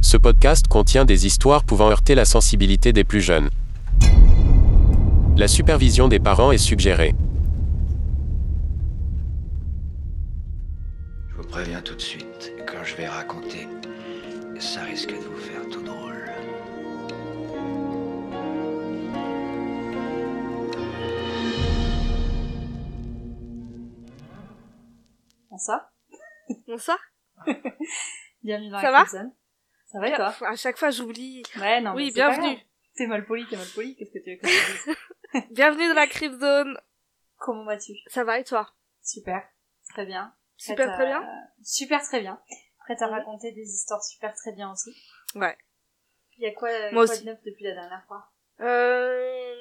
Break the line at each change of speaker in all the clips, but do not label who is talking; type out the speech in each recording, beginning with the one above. Ce podcast contient des histoires pouvant heurter la sensibilité des plus jeunes. La supervision des parents est suggérée.
Je vous préviens tout de suite, quand je vais raconter, ça risque de vous faire tout drôle.
Bonsoir.
Bonsoir.
Bienvenue dans
Ça
la
va
Crimson. Ça va et toi
Enfin, À chaque fois, j'oublie.
Ouais, non. mais
oui,
c'est pas
bienvenue.
grave. T'es mal poli, t'es mal poli, qu'est-ce que tu veux que je te dise
Bienvenue dans la Crypt Zone.
Comment vas-tu
Ça va et toi
Super. Très bien. Prête
Super,
à-
très bien.
Super, très bien. Prête à
Mhm.
raconter des histoires super, très bien aussi.
Ouais.
Il y a quoi,
Moi
quoi
aussi.
de neuf depuis la dernière fois
Euh...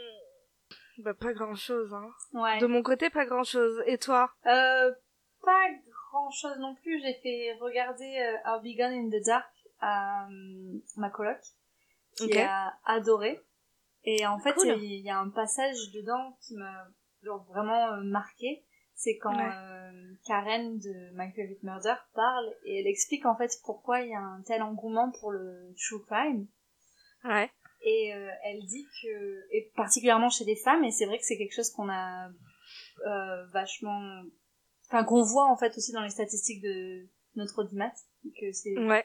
Bah, pas grand chose, hein.
Ouais.
De mon côté, pas grand chose. Et toi
Euh, pas grand chose non plus. J'ai fait regarder euh, Our Big Gone in the Dark à euh, ma coloc, qui
Ok.
a adoré. Et en fait,
Cool.
il y a un passage dedans qui m'a genre, vraiment euh, marqué. C'est quand
Ouais.
euh, Karen de My Favorite Murder parle et elle explique en fait pourquoi il y a un tel engouement pour le true crime.
Ouais.
Et euh, elle dit que, et particulièrement chez les femmes, et c'est vrai que c'est quelque chose qu'on a euh, vachement, enfin qu'on voit en fait aussi dans les statistiques de notre audimat, que c'est
Ouais.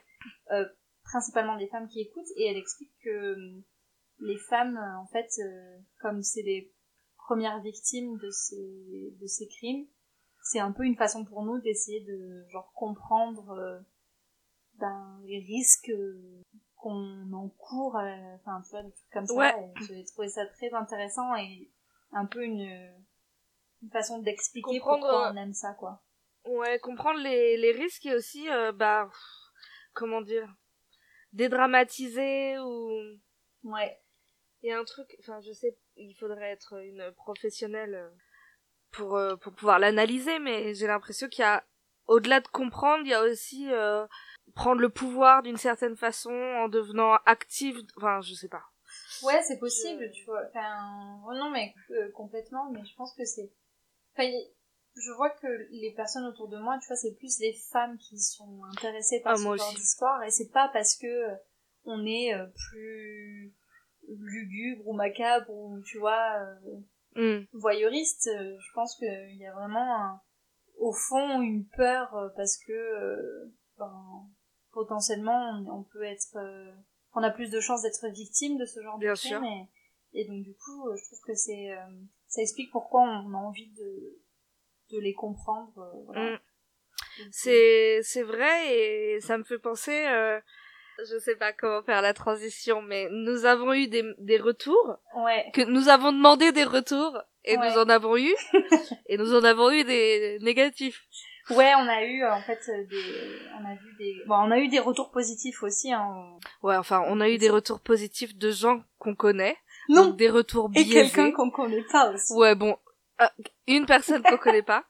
principalement des femmes qui écoutent, et elle explique que euh, les femmes, euh, en fait, euh, comme c'est les premières victimes de ces, de ces crimes, c'est un peu une façon pour nous d'essayer de genre comprendre euh, ben, les risques euh, qu'on encourt, euh, enfin tu vois, des trucs comme ça.
Ouais.
et J'ai trouvé ça très intéressant et un peu une, euh, une façon d'expliquer
Comprendre,
pourquoi
euh,
on aime ça, quoi.
Ouais, comprendre les, les risques et aussi, euh, bah, pff, comment dire, dédramatiser ou...
Ouais,
Il y a un truc, enfin, je sais, il faudrait être une professionnelle euh, pour, euh, pour pouvoir l'analyser, mais j'ai l'impression qu'il y a, au-delà de comprendre, il y a aussi euh, prendre le pouvoir d'une certaine façon en devenant active, enfin, je sais pas.
ouais c'est possible,
Je-
tu vois. Enfin, oh non, mais euh, complètement, mais je pense que c'est... Enfin, il- je vois que les personnes autour de moi, tu vois, c'est plus les femmes qui sont intéressées par
Ah,
ce
moi
genre
aussi.
d'histoire, et c'est pas parce que euh, on est euh, plus lugubre ou macabre ou, tu vois... euh,
Hmm.
voyeuriste, euh, je pense qu'il y a vraiment un- au fond une peur euh, parce que euh, ben, potentiellement on, on peut être euh, on a plus de chances d'être victime de ce genre
Bien
de crime
sûr.
et, et donc du coup euh, je trouve que c'est euh, ça explique pourquoi on a envie de de les comprendre euh, voilà. euh,
Mm. C'est c'est vrai et ça me fait penser, euh, je sais pas comment faire la transition, mais nous avons eu des, des retours,
ouais
que nous avons demandé des retours et
Ouais.
nous en avons eu, et nous en avons eu des négatifs.
ouais on a eu euh, en fait euh, des on a vu des bon on a eu des retours positifs aussi hein.
Ouais, enfin, on a eu des retours positifs de gens qu'on connaît,
non
donc des retours
et
biaisés.
quelqu'un qu'on connaît pas aussi
Ouais, bon, euh, une personne qu'on connaît pas.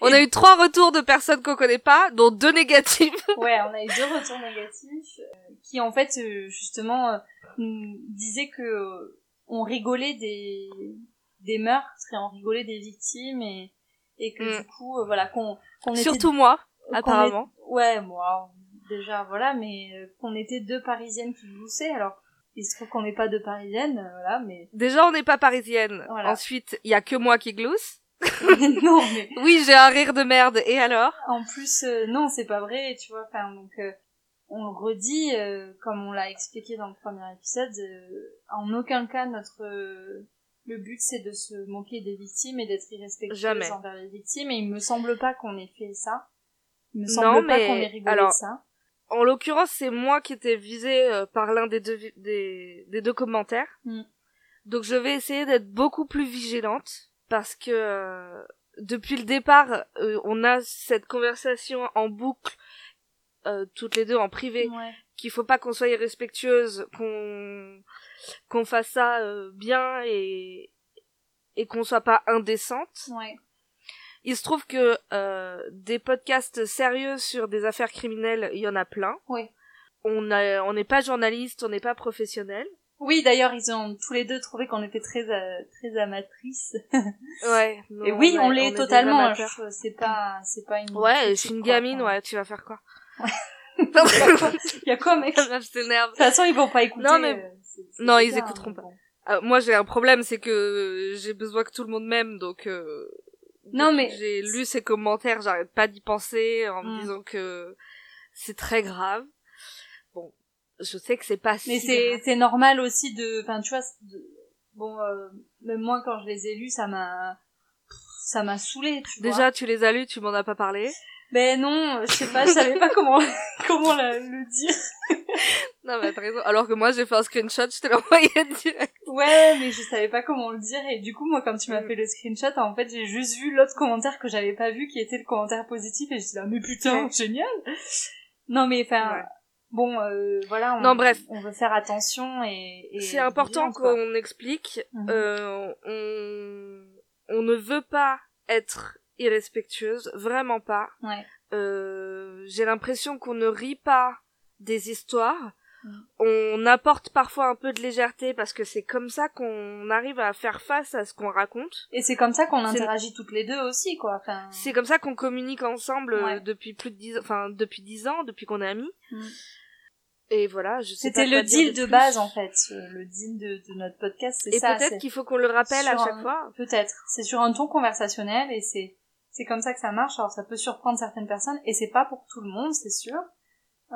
On a eu trois retours de personnes qu'on connaît pas, dont deux négatifs.
Ouais, on a eu deux retours négatifs euh, qui en fait euh, justement euh, nous disaient que euh, on rigolait des des meurtres et on rigolait des victimes et et que
Mm.
du coup euh, voilà qu'on qu'on était
Surtout moi,
qu'on
apparemment.
est- ouais moi déjà voilà mais euh, qu'on était deux parisiennes qui gloussaient alors il se trouve qu'on n'est pas deux parisiennes euh, voilà mais
Déjà, on n'est pas parisienne.
Voilà.
Ensuite, il y a que moi qui glousse.
non mais
Oui, j'ai un rire de merde, et alors
en plus euh, non c'est pas vrai tu vois enfin donc euh, on le redit euh, comme on l'a expliqué dans le premier épisode euh, en aucun cas notre euh, le but c'est de se moquer des victimes et d'être irrespectueux
Jamais.
envers les victimes et il me semble pas qu'on ait fait ça il me
Non,
semble pas
mais
qu'on ait rigolé
alors-
de ça
En l'occurrence, c'est moi qui étais visée euh, par l'un des deux, vi- des, des deux commentaires.
Mm.
Donc je vais essayer d'être beaucoup plus vigilante, parce que euh, depuis le départ, euh, on a cette conversation en boucle, euh, toutes les deux en privé,
ouais
qu'il faut pas qu'on soit irrespectueuse, qu'on qu'on fasse ça euh, bien et, et qu'on soit pas indécente.
ouais
Il se trouve que euh, des podcasts sérieux sur des affaires criminelles, il y en a plein.
Oui.
On a- on n'est pas journaliste, on n'est pas professionnel.
oui d'ailleurs ils ont tous les deux trouvé qu'on était très euh, très amatrices
Ouais. non,
et oui
est-
on
est
l'est
des
totalement hein,
amateurs.
je- c'est pas c'est pas une
Ouais, je
critique,
suis une
quoi.
gamine, ouais, tu vas faire quoi Non,
Il y a quoi, mec De
la meuf s'énerve.
toute façon, ils vont pas écouter.
Non, mais-
euh, c'est- c'est
Non, ils
bizarre, hein,
écouteront
mais
pas.
bon.
Euh, moi, j'ai un problème, c'est que j'ai besoin que tout le monde m'aime, donc. euh,
Non,
depuis
mais-
que J'ai lu ces commentaires, j'arrête pas d'y penser en
Hmm.
me disant que c'est très grave. Bon, je sais que c'est pas
Mais
si.
c'est
grave.
c'est normal aussi de. Enfin, tu vois, c'est de- bon, euh, même moi, quand je les ai lus, ça m'a. Ça m'a saoulé, tu vois.
Déjà, tu les as lus, tu m'en as pas parlé.
Ben non, je sais pas, je savais pas comment, comment la- le dire.
Non, mais t'as raison. Alors que moi, j'ai fait un screenshot, je te l'ai envoyé direct.
Ouais, mais je savais pas comment le dire et du coup moi quand tu m'as fait le screenshot, en fait j'ai juste vu l'autre commentaire que j'avais pas vu qui était le commentaire positif et je suis là mais putain
Ouais.
génial. Non mais enfin
Ouais.
bon euh, voilà on,
Non, bref.
on veut faire attention et, et
C'est important
vigilante, quoi.
qu'on explique.
Mhm.
Euh, on... on ne veut pas être irrespectueuse, vraiment pas.
Ouais.
Euh, j'ai l'impression qu'on ne rit pas des histoires.
Mhm.
On apporte parfois un peu de légèreté parce que c'est comme ça qu'on arrive à faire face à ce qu'on raconte.
Et c'est comme ça qu'on
C'est-
interagit toutes les deux aussi quoi. Enfin
C'est comme ça qu'on communique ensemble euh,
Mhm. Ouais.
depuis plus de dix, enfin depuis dix ans, depuis qu'on est amis.
Mhm.
Et voilà, je sais
c'était
pas quoi
le
dire
deal de,
plus.
base en fait, euh, le deal de, de notre podcast c'est
Et
ça.
peut-être
c'est-
qu'il faut qu'on le rappelle à
sur
chaque
un-
fois.
Peut-être. C'est sur un ton conversationnel et c'est c'est comme ça que ça marche. Alors ça peut surprendre certaines personnes et c'est pas pour tout le monde, c'est sûr. Euh,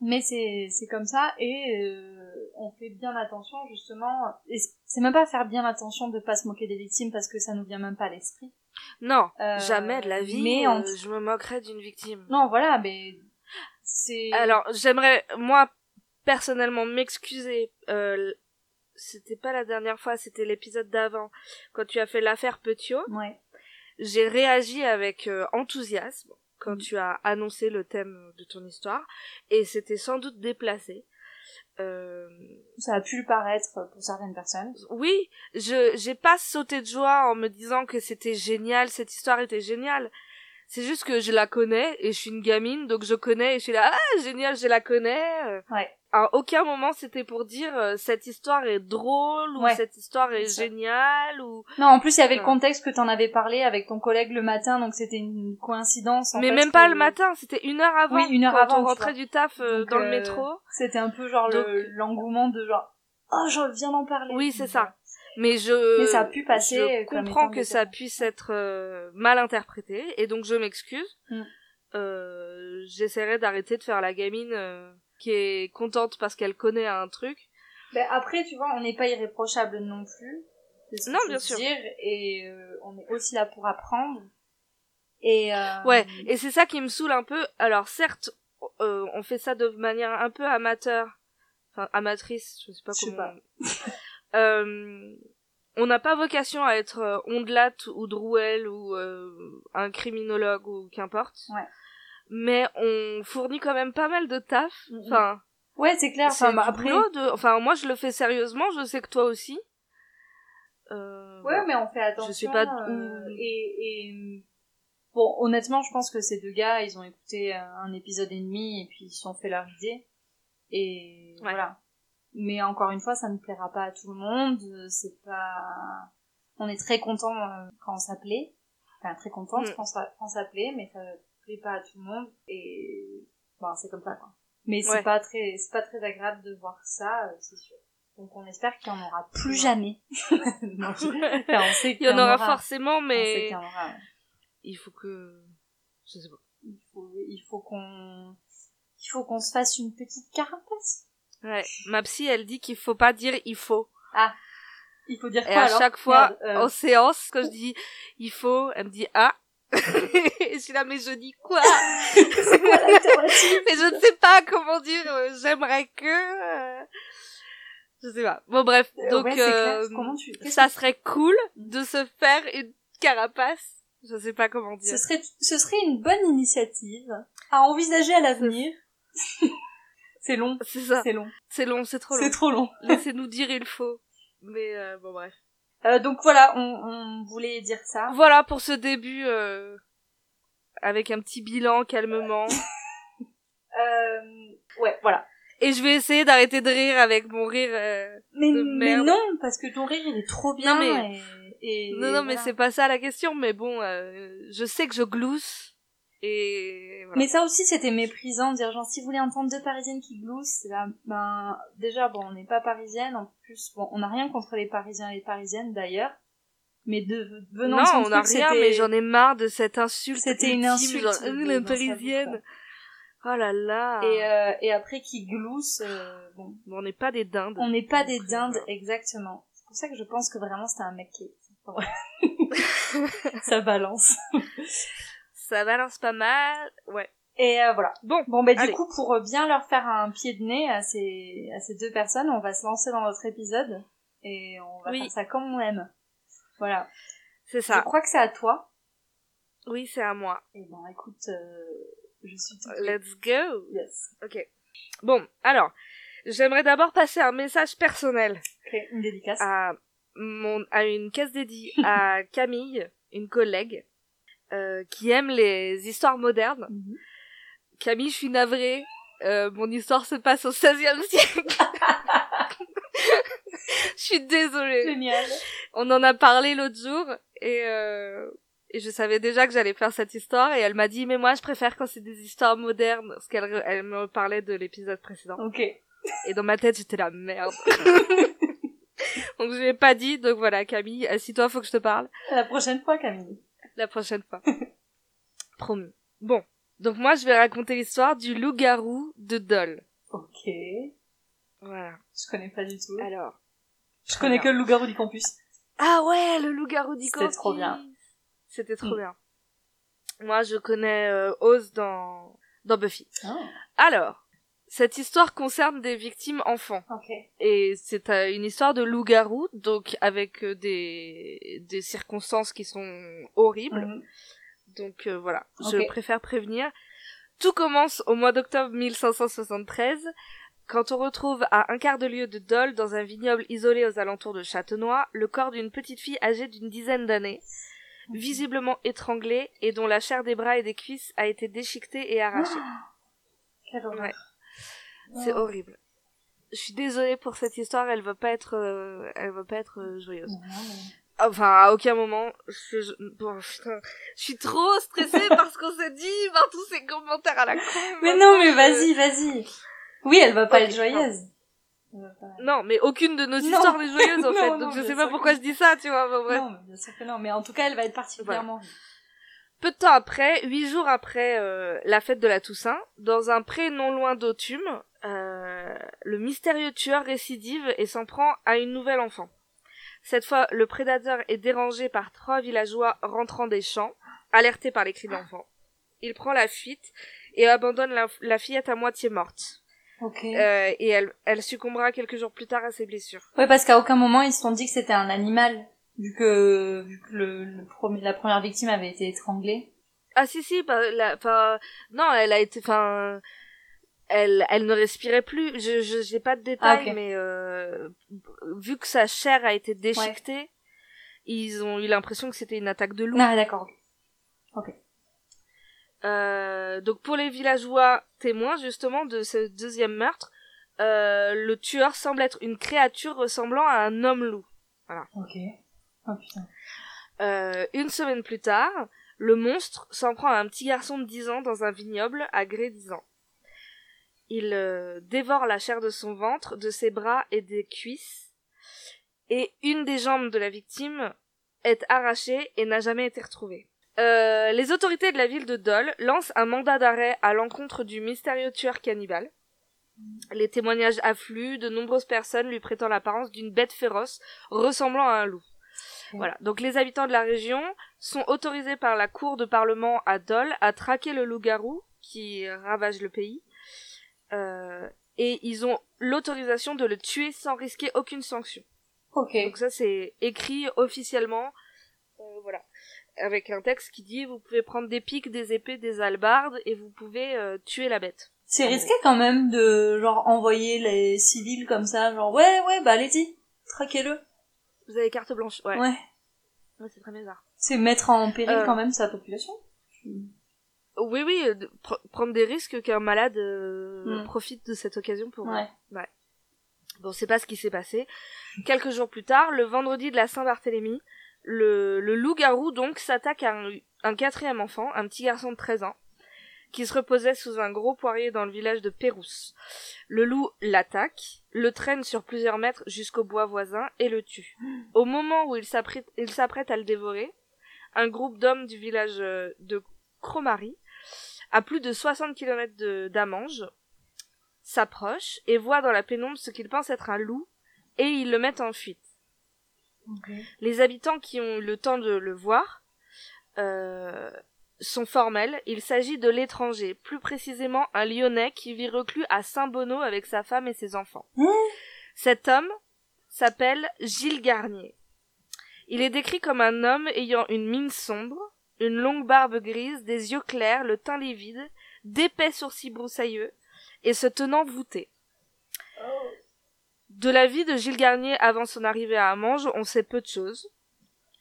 mais c'est c'est comme ça et euh, on fait bien attention justement. Et c'est- c'est même pas faire bien attention de pas se moquer des victimes parce que ça nous vient même pas à l'esprit.
Non,
Euh,
jamais de la vie.
mais
euh,
en-
je me moquerais d'une victime.
Non, voilà, mais c'est
Alors, j'aimerais, moi, personnellement, m'excuser. euh, l- c'était pas la dernière fois, c'était l'épisode d'avant, quand tu as fait l'affaire Petiot.
ouais.
J'ai réagi avec euh, enthousiasme quand
Mm.
tu as annoncé le thème de ton histoire, et c'était sans doute déplacé. Euh,
Ça a pu le paraître pour certaines personnes.
oui, je j'ai pas sauté de joie en me disant que c'était génial, cette histoire était géniale. C'est juste que je la connais et je suis une gamine, donc je connais et je suis là ah génial, je la connais. euh,
Ouais.
à aucun moment c'était pour dire euh, cette histoire est drôle ou
Ouais,
cette histoire est
c'est ça.
géniale ou
Non, en plus il y avait le
Ouais.
contexte que t'en avais parlé avec ton collègue le matin, donc c'était une coïncidence. en
mais
fait,
même pas
que-
le matin c'était une heure avant
Oui, une heure
quand
avant,
on
tu
rentrait
vois.
du taf euh,
Donc,
dans le
euh,
métro
C'était un peu genre le-
Donc-
l'engouement de genre oh je viens d'en parler.
Oui, c'est ça. mais je
Mais ça a pu passer,
je
euh, comme
comprends
étant
que
des
ça
erreurs.
puisse être euh, mal interprété et donc je m'excuse
Mm.
Euh, j'essaierai d'arrêter de faire la gamine euh, qui est contente parce qu'elle connaît un truc
Ben, après tu vois on n'est pas irréprochable non plus. c'est ce que
Non,
je veux
bien sûr.
Dire, et euh, on est aussi là pour apprendre. Et euh,
Ouais, et c'est ça qui me saoule un peu. Alors certes, euh, on fait ça de manière un peu amateur, enfin amatrice, je sais pas
Je sais
comment. Euh, on n'a pas vocation à être euh, ondelate ou drouelle ou euh, un criminologue ou qu'importe.
Ouais.
Mais on fournit quand même pas mal de taf.
Mhm.
Enfin,
ouais c'est clair.
c'est
Enfin bah,
du
après
boulot de- Enfin, moi je le fais sérieusement. Je sais que toi aussi. Euh,
Ouais, mais on fait attention.
Je sais pas d-
euh,
où-
et, et bon, honnêtement, je pense que ces deux gars, ils ont écouté euh, un épisode et demi et puis ils se sont fait leur idée. Et
Ouais.
voilà. Mais encore une fois, ça ne plaira pas à tout le monde. euh, C'est pas. On est très content euh, quand ça plaît. Enfin, très contente
Mm.
quand, ça, quand ça plaît, mais ça plaît pas à tout le monde. Et bon, c'est comme ça, quoi. Mais c'est
Ouais.
pas très, c'est pas très agréable de voir ça, euh, c'est sûr. Donc on espère qu'il y en aura plus
Non.
jamais. Non, je- Enfin, on sait
Il y en aura,
forcément,
forcément, mais
Il en aura, ouais.
il faut que. Je sais pas.
Il faut, il faut qu'on, il faut qu'on se fasse une petite carapace.
Ouais, ma psy, elle dit qu'il faut pas dire il faut.
Il faut dire
Et
quoi
à
alors
chaque fois,
Merde, euh,
en séance, quand je dis il faut, elle me dit ah. Et je suis là, mais je dis quoi
c'est quoi l'alternative
Mais je ne sais pas comment dire, euh, j'aimerais que. euh, Je sais pas. Bon, bref.
Euh,
Donc,
ouais, c'est clair.
euh,
Comment tu- qu'est-ce
ça
que-
serait cool de se faire une carapace. Je sais pas comment
ce
dire.
serait, ce serait une bonne initiative à envisager à l'avenir. c'est long,
C'est ça.
c'est long,
C'est long, c'est trop long.
c'est trop long.
Laissez-nous dire il faut. Mais euh, bon, bref.
Euh, donc voilà, on, on voulait dire ça.
Voilà pour ce début euh, avec un petit bilan calmement.
Euh, ouais, voilà.
Et je vais essayer d'arrêter de rire avec mon rire. euh.
Mais,
De
mais
merde.
non, parce que ton rire, il est trop bien.
Non, mais-
et, et
non, non, mais
voilà.
c'est pas ça la question. Mais bon, euh, je sais que je glousse Et voilà.
Mais ça aussi, c'était méprisant de dire genre, si vous voulez entendre deux parisiennes qui gloussent, c'est là, ben, déjà, bon, on n'est pas parisienne, en plus, bon, on n'a rien contre les parisiens et les parisiennes d'ailleurs, mais de, venant de
non,
son
on n'a
truc,
rien,
c'était-
mais j'en ai marre de cette insulte.
C'était une
ultime,
insulte
genre,
de-
Euh,
dans
la
sa bouche,
parisienne. Oh là là.
Et, euh, et après, qui glousse, euh, bon,
Mais on n'est pas des dindes.
on n'est pas des
Donc, euh,
dindes,
voilà.
exactement. C'est pour ça que je pense que vraiment, c'était un mec qui. ça balance.
Ça balance pas mal. Ouais.
Et euh, voilà.
Bon.
Bon, ben, du
Allez.
coup, pour euh, bien leur faire un pied de nez à ces, à ces deux personnes, on va se lancer dans notre épisode et on va
Oui.
faire ça comme on aime. Voilà.
C'est
Je
ça.
crois que c'est à toi.
Oui, c'est à moi.
Et ben, écoute, euh, je suis toute
Let's go.
Yes.
Ok. Bon, alors, j'aimerais d'abord passer un message personnel
Ok, une dédicace.
à mon à une caisse dédiée à Camille, une collègue euh, qui aime les histoires modernes.
Mhm.
Camille, je suis navrée. euh, mon histoire se passe au 16e siècle. Je suis désolée.
Génial.
On en a parlé l'autre jour et, euh, et je savais déjà que j'allais faire cette histoire et elle m'a dit mais moi je préfère quand c'est des histoires modernes parce qu'elle re- elle me parlait de l'épisode précédent.
Ok.
Et dans ma tête, j'étais la merde. donc je l'ai pas dit, donc voilà, Camille, assis-toi, faut que je te parle
À la prochaine fois, Camille.
la prochaine fois. Promis. Bon, donc moi je vais raconter l'histoire du loup-garou de Dole.
Ok. Je
Voilà.
connais pas du tout.
Alors.
je connais que le loup-garou du campus.
Ah ouais, le loup-garou du
C'était trop
campus.
bien.
C'était trop
Mm.
bien. Moi je connais euh, Oz dans dans Buffy.
Ah,
Alors, cette histoire concerne des victimes enfants.
ok.
Et c'est euh, une histoire de loup-garou, donc avec euh, des, des circonstances qui sont horribles.
Mhm.
Donc euh, voilà,
Ok.
je préfère prévenir. Tout commence au mois d'octobre 1573, quand on retrouve à un quart de lieue de Dole, dans un vignoble isolé aux alentours de Châtenois, le corps d'une petite fille âgée d'une dizaine d'années, visiblement étranglée et dont la chair des bras et des cuisses a été déchiquetée et arrachée.
Quelle horreur.
Ouais. C'est
Oh.
horrible. Je suis désolée pour cette histoire, elle va pas être, euh, elle va pas être euh, joyeuse.
Non, mais-
Enfin, à aucun moment, je, je- bon, putain, je suis trop stressée parce qu'on s'est dit par tous ces commentaires à la con. euh,
Mais
maintenant,
non, mais
je-
vas-y, vas-y. Oui, elle va pas
Ok, Ah.
être joyeuse. Elle va pas-
Non, mais aucune de nos
Non.
histoires n'est joyeuse en
Non,
fait,
non,
donc je
bien
sais pas
sûr.
pourquoi je dis ça, tu vois. Bon, bref.
Non, mais bien sûr que non. Mais en tout cas, elle va être particulièrement vive.
Peu de temps après, huit jours après euh, la fête de la Toussaint, dans un pré non loin d'Autume, euh, le mystérieux tueur récidive et s'en prend à une nouvelle enfant. Cette fois, le prédateur est dérangé par trois villageois rentrant des champs, alertés par les cris d'enfants. Il prend la fuite et abandonne la, la fillette à moitié morte.
Ok.
Euh, et elle, elle succombera quelques jours plus tard à ses blessures.
Ouais, parce qu'à aucun moment ils se sont dit que c'était un animal, vu que, vu que le, le premier- la première victime avait été étranglée.
Ah si si, bah, la, enfin, non, elle a été, enfin, elle, elle ne respirait plus. Je, je, j'ai pas de détails,
Ah, ok.
mais euh, vu que sa chair a été déchiquetée, ils ont eu l'impression que c'était une attaque de loup.
Ah, d'accord. ok.
Euh, donc pour les villageois témoins justement de ce deuxième meurtre, euh, le tueur semble être une créature ressemblant à un homme loup.
Ok. Oh putain.
Euh, une semaine plus tard, le monstre s'en prend à un petit garçon de 10 ans dans un vignoble à gré 10 ans. Il euh, dévore la chair de son ventre, de ses bras et des cuisses, et une des jambes de la victime est arrachée et n'a jamais été retrouvée. Euh, les autorités de la ville de Dole lancent un mandat d'arrêt à l'encontre du mystérieux tueur cannibale. Les témoignages affluent, de nombreuses personnes lui prêtant l'apparence d'une bête féroce ressemblant à un loup. Voilà. Donc les habitants de la région sont autorisés par la cour de parlement à Dole à traquer le loup-garou qui ravage le pays. Euh, et ils ont l'autorisation de le tuer sans risquer aucune sanction.
Ok.
Donc ça c'est écrit officiellement. euh, voilà. Avec un texte qui dit vous pouvez prendre des pics, des épées, des albardes et vous pouvez euh, tuer la bête.
C'est risqué quand même de, genre, envoyer les civils comme ça, genre, ouais, ouais, bah allez-y, traquez-le.
Vous avez carte blanche. Ouais.
Ouais.
Ouais, c'est très bizarre.
C'est mettre en péril
Euh.
quand même sa population.
Oui oui, euh, de- pr- prendre des risques qu'un malade euh,
Mm.
profite de cette occasion pour
Ouais.
Bon, c'est pas ce qui s'est passé. Quelques jours plus tard, le vendredi de la Saint-Barthélemy, le, le loup-garou donc s'attaque à un, un quatrième enfant, un petit garçon de 13 ans, qui se reposait sous un gros poirier dans le village de Pérouse. Le loup l'attaque, le traîne sur plusieurs mètres jusqu'au bois voisin et le tue. Au moment où il s'apprête il s'apprête à le dévorer, un groupe d'hommes du village euh, de Cromary, à plus de 60 km d'Amange, s'approche et voit dans la pénombre ce qu'il pense être un loup et ils le mettent en fuite. Les habitants qui ont eu le temps de le voir euh, sont formels. Il s'agit de l'étranger, plus précisément un Lyonnais qui vit reclus à Saint-Bonneau avec sa femme et ses enfants.
Hein
Cet homme s'appelle Gilles Garnier. Il est décrit comme un homme ayant une mine sombre, une longue barbe grise, des yeux clairs, le teint livide, d'épais sourcils broussailleux et se tenant voûté. De la vie de Gilles Garnier avant son arrivée à Amange, on sait peu de choses.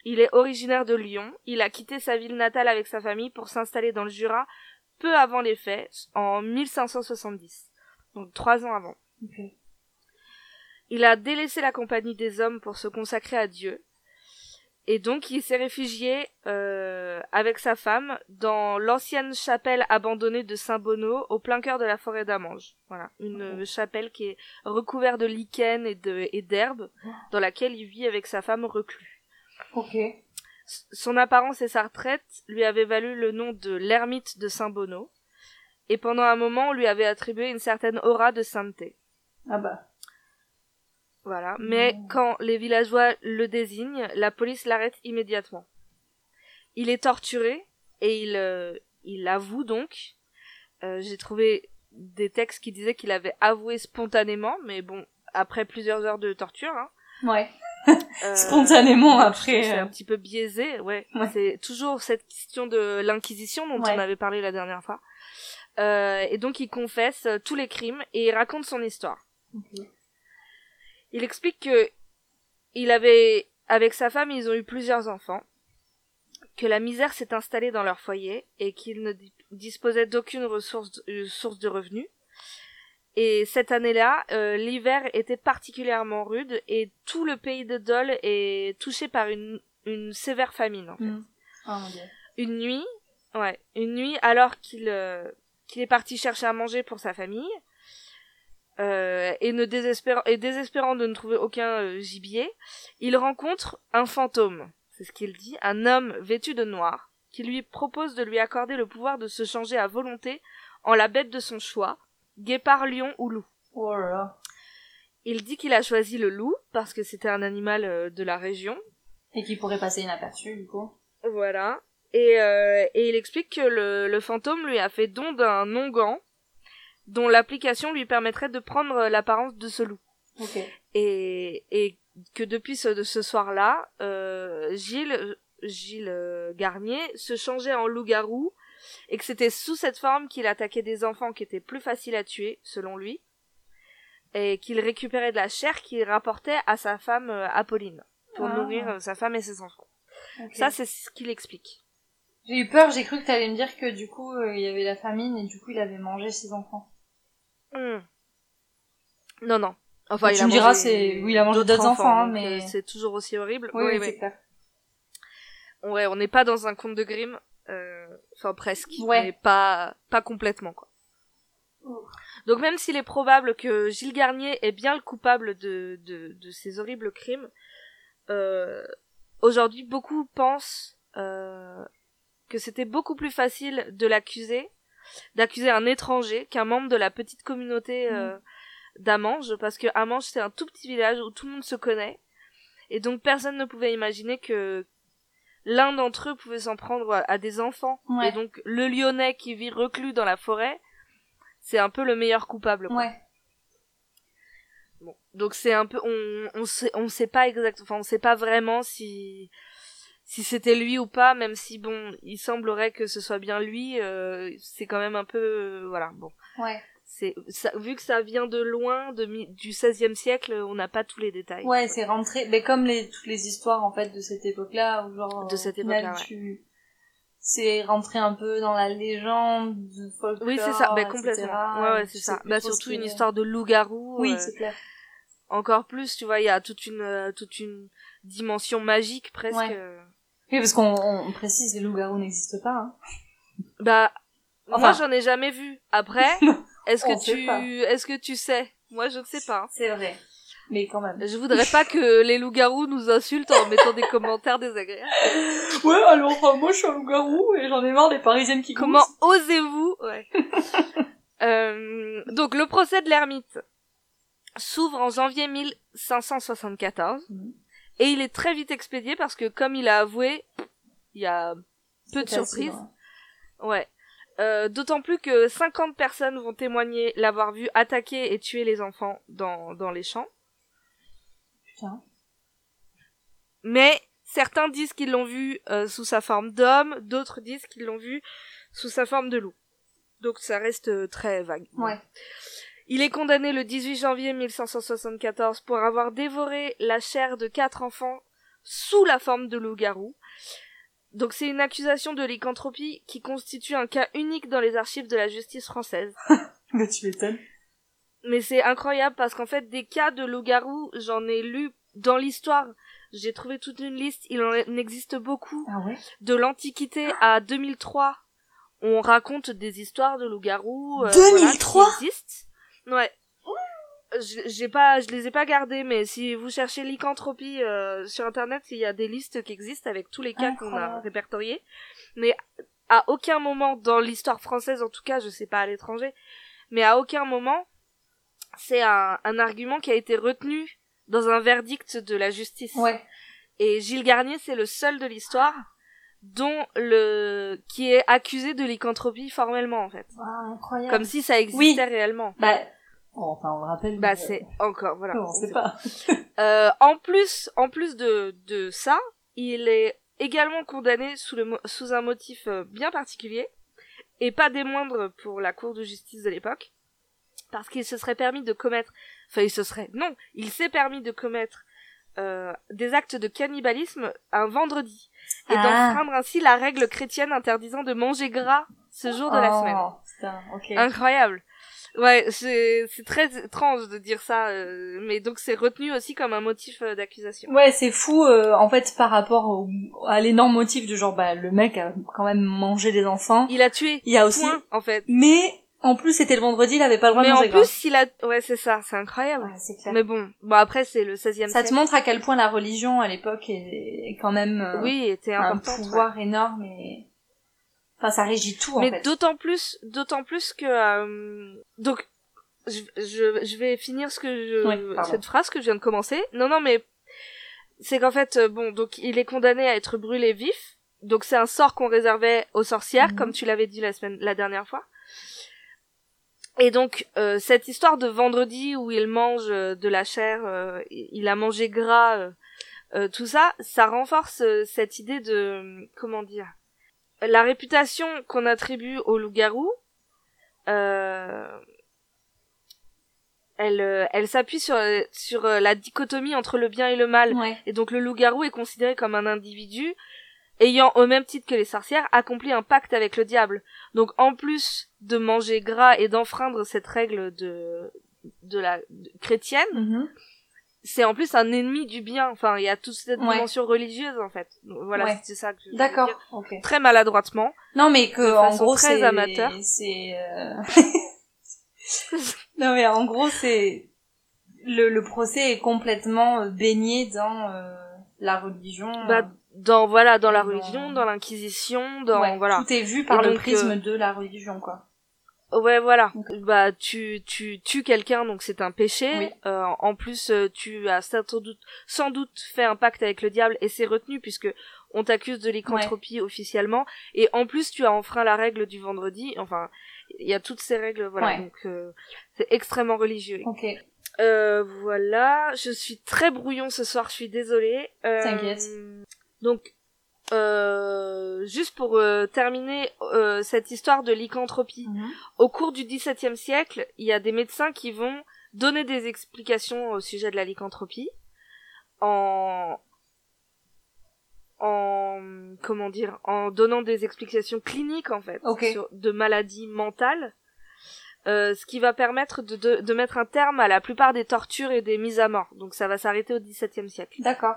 Il est originaire de Lyon, il a quitté sa ville natale avec sa famille pour s'installer dans le Jura peu avant les faits, en 1570, donc trois ans avant.
Ok.
Il a délaissé la compagnie des hommes pour se consacrer à Dieu, et donc il s'est réfugié euh, avec sa femme dans l'ancienne chapelle abandonnée de Saint-Bonneau, au plein cœur de la forêt d'Amange. Voilà, une euh, chapelle qui est recouvert de lichen et de et d'herbes, dans laquelle il vit avec sa femme reclus.
Ok.
S- Son apparence et sa retraite lui avaient valu le nom de l'ermite de Saint Bono, et pendant un moment on lui avait attribué une certaine aura de sainteté.
Ah bah.
Voilà.
Mmh.
Mais quand les villageois le désignent, la police l'arrête immédiatement. Il est torturé et il, euh, il avoue donc. Euh, J'ai trouvé des textes qui disaient qu'il avait avoué spontanément, mais bon, après plusieurs heures de torture. hein.
Ouais.
Euh,
Spontanément
donc, je trouve
après,
que C'est
euh.
un petit peu biaisé, ouais.
Ouais.
C'est toujours cette question de l'inquisition dont
Ouais.
on avait parlé la dernière fois. Euh, et donc il confesse euh, tous les crimes et il raconte son histoire.
Ok.
Il explique que il avait avec sa femme, ils ont eu plusieurs enfants, que la misère s'est installée dans leur foyer et qu'ils ne di- disposaient d'aucune ressource euh, source de revenus. Et cette année-là, euh, l'hiver était particulièrement rude et tout le pays de Dole est touché par une, une sévère famine. en fait.
Mm. Oh mon dieu.
Une nuit, ouais, une nuit alors qu'il euh, qu'il est parti chercher à manger pour sa famille euh, et ne désespérant et désespérant de ne trouver aucun euh, gibier, il rencontre un fantôme. C'est ce qu'il dit, un homme vêtu de noir qui lui propose de lui accorder le pouvoir de se changer à volonté en la bête de son choix, guépard, lion ou loup.
Oh là là.
Il dit qu'il a choisi le loup parce que c'était un animal euh, de la région
Et qui pourrait passer inaperçu du coup.
Voilà. Et, euh, et il explique que le, le fantôme lui a fait don d'un onguent dont l'application lui permettrait de prendre euh, l'apparence de ce loup.
Ok.
Et, et que depuis ce, de ce soir-là, euh, Gilles, Gilles euh, Garnier se changeait en loup-garou et que c'était sous cette forme qu'il attaquait des enfants qui étaient plus faciles à tuer, selon lui, et qu'il récupérait de la chair qu'il rapportait à sa femme euh, Apolline pour
Ah.
nourrir euh, sa femme et ses enfants.
ok.
Ça, c'est ce qu'il explique.
J'ai eu peur, j'ai cru que t'allais me dire que du coup euh, il y avait la famine et du coup il avait mangé ses enfants.
Hmm. Non, non. Enfin,
Tu
il a
me diras,
mangé
c'est- oui, il a mangé d'autres enfants, hein,
donc,
mais-
euh, C'est toujours aussi horrible.
Oui,
Ouais,
oui,
ouais.
c'est clair.
Ouais, on n'est pas dans un conte de Grimm. euh, Enfin, presque.
Ouais. Oh.
Mais pas, pas complètement, quoi.
Ouh.
Donc, même s'il est probable que Gilles Garnier est bien le coupable de, de, de ces horribles crimes, euh, aujourd'hui, beaucoup pensent euh, que c'était beaucoup plus facile de l'accuser, d'accuser un étranger qu'un membre de la petite communauté euh, d'Amange, parce que Amange, c'est un tout petit village où tout le monde se connaît. Et donc, personne ne pouvait imaginer que, l'un d'entre eux pouvait s'en prendre à, à des enfants.
Ouais.
Et donc le Lyonnais qui vit reclus dans la forêt, c'est un peu le meilleur coupable. quoi.
Ouais.
Bon. Donc c'est un peu, on, on sait, on sait pas exactement, enfin on sait pas vraiment si si c'était lui ou pas, même si bon, il semblerait que ce soit bien lui. euh, c'est quand même un peu, euh, voilà, bon.
Ouais.
C'est ça, vu que ça vient de loin, de, mi- du XVIe siècle, on n'a pas tous les détails.
Ouais, c'est rentré. Mais comme les, toutes les histoires en fait de cette époque-là, où genre
De
euh,
cette
au final,
époque-là, ouais.
tu- c'est rentré un peu dans la légende, du folklore,
Oui, c'est ça, ben,
etc.,
complètement. Ouais, ouais,
tu
c'est
sais
ça.
plus
Bah,
trop ce
surtout
qui
une
est-
histoire de loup-garou.
Oui,
euh,
c'est clair.
encore plus, tu vois, il y a toute une euh, toute une dimension magique presque. euh,
Ouais. Oui, parce qu'on on précise, les loups-garous n'existent pas. Hein.
Bah Moi,
Enfin-
j'en ai jamais vu. Après, est-ce
On
que
sait pas.
tu, est-ce que tu sais Moi, je ne sais pas.
C'est vrai. Mais quand même.
Je voudrais pas que les loups-garous nous insultent en mettant des commentaires désagréables.
Ouais, alors euh, moi je suis un loup-garou et j'en ai marre des parisiennes qui
Comment
gloussent.
osez-vous Ouais. Euh, donc, le procès de l'ermite s'ouvre en janvier 1574
Mhm.
et il est très vite expédié parce que, comme il a avoué, il y a peu de
C'est facile,
surprises.
hein.
Ouais. Euh, D'autant plus que 50 personnes vont témoigner l'avoir vu attaquer et tuer les enfants dans, dans les champs.
Putain.
Mais certains disent qu'ils l'ont vu euh, sous sa forme d'homme, d'autres disent qu'ils l'ont vu sous sa forme de loup. Donc ça reste euh, très vague.
Ouais.
Il est condamné le 18 janvier 1574 pour avoir dévoré la chair de quatre enfants sous la forme de loup-garou. Donc c'est une accusation de lycanthropie qui constitue un cas unique dans les archives de la justice française.
Mais tu m'étonnes.
Mais c'est incroyable parce qu'en fait des cas de loup-garou, j'en ai lu dans l'histoire. J'ai trouvé toute une liste, il en existe beaucoup.
Ah ouais
De l'Antiquité à 2003, on raconte des histoires de loups-garous. euh,
2003?
voilà, qui existent. Ouais. Je- J'ai pas, je les ai pas gardés, mais si vous cherchez lycanthropie euh, sur internet, il y a des listes qui existent avec tous les cas qu'on a
Incroyable.
répertoriés. Mais à aucun moment dans l'histoire française, en tout cas, je sais pas à l'étranger, mais à aucun moment, c'est un, un argument qui a été retenu dans un verdict de la justice.
Ouais.
Et Gilles Garnier, c'est le seul de l'histoire dont le qui est accusé de lycanthropie formellement en fait,
Ah, incroyable.
comme si ça existait
Oui.
réellement.
Bah, bon, enfin on le rappelle.
Bah
mais,
c'est encore voilà.
euh, On sait pas.
Euh, en plus, en plus de de ça, il est également condamné sous le mo- sous un motif euh, bien particulier et pas des moindres pour la Cour de justice de l'époque, parce qu'il se serait permis de commettre, enfin il se serait, non, il s'est permis de commettre euh, des actes de cannibalisme un vendredi. et
Ah.
d'enfreindre ainsi la règle chrétienne interdisant de manger gras ce jour de la
Oh,
semaine.
Putain, ok.
Incroyable. Ouais, c'est c'est très étrange de dire ça, euh, mais donc c'est retenu aussi comme un motif euh, d'accusation.
Ouais, c'est fou, euh, en fait, par rapport au- à l'énorme motif du genre, bah, le mec a quand même mangé des enfants.
Il a tué.
Il y a aussi... Ah,
Point, en fait.
Mais, en plus, c'était le vendredi, il avait pas le droit
Mais
de
en
manger
plus, il a... Ouais, c'est ça, c'est incroyable.
gras. Ouais, c'est clair.
Mais bon, bon après, c'est le 16e
Ça te
siècle.
montre à quel point la religion, à l'époque, est, est quand même euh,
Oui, était
un
important.
pouvoir énorme et... Enfin, ça régit tout, en
Mais
fait.
d'autant plus, d'autant plus que euh, donc je, je, je vais finir ce que je,
Ouais, pardon.
cette phrase que je viens de commencer. Non non mais c'est qu'en fait euh, bon donc il est condamné à être brûlé vif. Donc c'est un sort qu'on réservait aux sorcières
Mhm.
comme tu l'avais dit la semaine la dernière fois. Et donc euh, cette histoire de vendredi où il mange euh, de la chair, euh, il a mangé gras, euh, euh, tout ça, ça renforce euh, cette idée de euh, comment dire la réputation qu'on attribue au loup-garou, euh, elle, euh, elle s'appuie sur, euh, sur euh, la dichotomie entre le bien et le mal.
Ouais.
Et donc le loup-garou est considéré comme un individu ayant, au même titre que les sorcières, accompli un pacte avec le diable. Donc en plus de manger gras et d'enfreindre cette règle de, de la de- chrétienne,
Mhm.
c'est en plus un ennemi du bien. Enfin, il y a toute cette
Ouais.
dimension religieuse en fait. Donc, voilà,
Ouais.
c'est ça que je voulais
D'accord,
dire.
ok.
Très maladroitement.
Non, mais que,
De
en
façon
gros,
très
c'est...
amateur.
C'est... euh, non, mais en gros, c'est... Le, le procès est complètement euh, baigné dans euh, la religion.
Bah, dans voilà dans la
Dans-
religion dans l'inquisition dans
Ouais,
voilà
Tout est vu par le
donc,
prisme
euh,
de la religion, quoi.
ouais voilà
Ok.
bah tu tu tues quelqu'un donc c'est un péché
Oui.
Euh, en plus euh, tu as sans doute sans doute fait un pacte avec le diable et c'est retenu puisque on t'accuse de lycanthropie officiellement et en plus tu as enfreint la règle du vendredi enfin il y a toutes ces règles voilà
Ouais.
donc euh, c'est extrêmement religieux
Ok,
Euh, voilà, je suis très brouillon ce soir, je suis désolée. Euh,
T'inquiète.
Donc, euh, juste pour euh, terminer euh, cette histoire de lycanthropie,
Mhm.
au cours du XVIIe siècle, il y a des médecins qui vont donner des explications au sujet de la lycanthropie en en comment dire en donnant des explications cliniques en fait
Ok.
sur- de maladies mentales euh, ce qui va permettre de, de, de mettre un terme à la plupart des tortures et des mises à mort. Donc ça va s'arrêter au XVIIe siècle.
d'accord.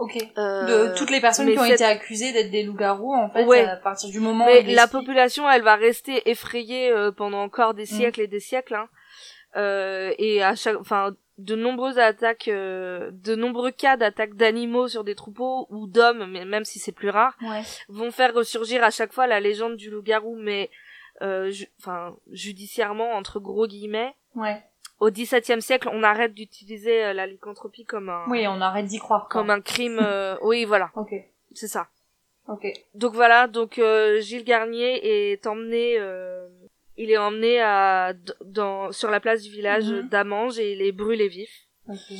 Ok.
Euh,
De toutes les personnes
mais
qui ont
cette-
été accusées d'être des loups-garous, en fait,
Ouais.
à partir du moment
Mais
où
la
l'esprit-
population, elle va rester effrayée euh, pendant encore des siècles et des siècles. Hein. Euh, et à chaque, enfin, de nombreuses attaques, euh, de nombreux cas d'attaques d'animaux sur des troupeaux ou d'hommes, mais même si c'est plus rare,
Ouais.
vont faire ressurgir à chaque fois la légende du loup-garou, mais euh, ju- enfin judiciairement entre gros guillemets.
Ouais.
Au XVIIe siècle, on arrête d'utiliser euh, la lycanthropie comme un
Oui, on arrête d'y croire. quoi.
comme un crime. euh, oui, voilà,
Ok.
c'est ça.
Ok.
Donc voilà, donc euh, Gilles Garnier est emmené, euh, il est emmené à, d- dans, sur la place du village
Mhm.
d'Amange et il est brûlé vif.
Ok.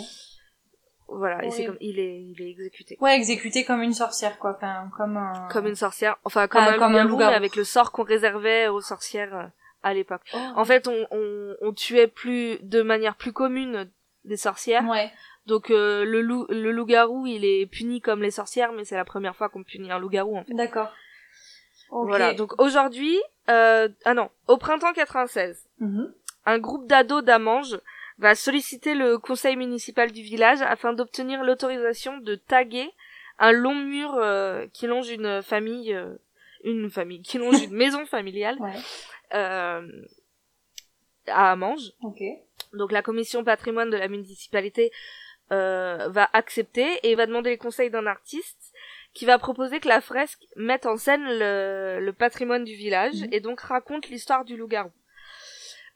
Voilà, et c'est
Oui.
comme il est, il est exécuté
Ouais, exécuté comme une sorcière, quoi. Enfin, comme un.
comme une sorcière, enfin comme
Ah,
un
comme un
loup-garou,
loup-garou.
mais avec le sort qu'on réservait aux sorcières euh, à l'époque.
Ah.
En fait, on, on, on tuait plus de manière plus commune des sorcières.
Ouais.
Donc euh, le loup, le loup-garou, il est puni comme les sorcières, mais c'est la première fois qu'on punit un loup-garou en fait.
D'accord. Ok.
Voilà. Donc aujourd'hui, euh, ah non, au printemps 96.
Mhm.
un groupe d'ados d'Amange va solliciter le conseil municipal du village afin d'obtenir l'autorisation de taguer un long mur euh, qui longe une famille, euh, une famille, qui longe une maison familiale
Ouais.
euh, à Amange.
Ok.
Donc la commission patrimoine de la municipalité euh, va accepter et va demander les conseils d'un artiste qui va proposer que la fresque mette en scène le, le patrimoine du village
Mhm.
et donc raconte l'histoire du loup-garou.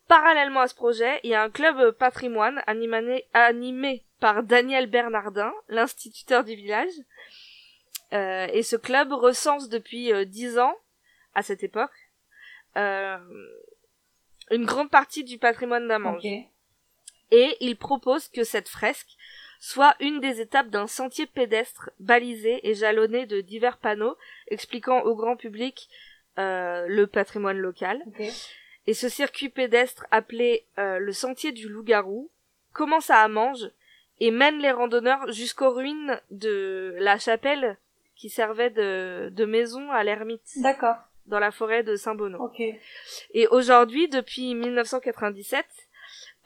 Parallèlement à ce projet, il y a un club patrimoine animé, animé par Daniel Bernardin, l'instituteur du village. Euh, et ce club recense depuis euh, 10 ans, à cette époque, euh, une grande partie du patrimoine d'Amange
Ok.
et il propose que cette fresque soit une des étapes d'un sentier pédestre balisé et jalonné de divers panneaux expliquant au grand public euh, le patrimoine local.
Ok.
Et ce circuit pédestre appelé euh, le sentier du loup-garou commence à Amange et mène les randonneurs jusqu'aux ruines de la chapelle qui servait de, de maison à l'ermite
D'accord.
dans la forêt de Saint-Bono.
Ok.
Et aujourd'hui, depuis 1997,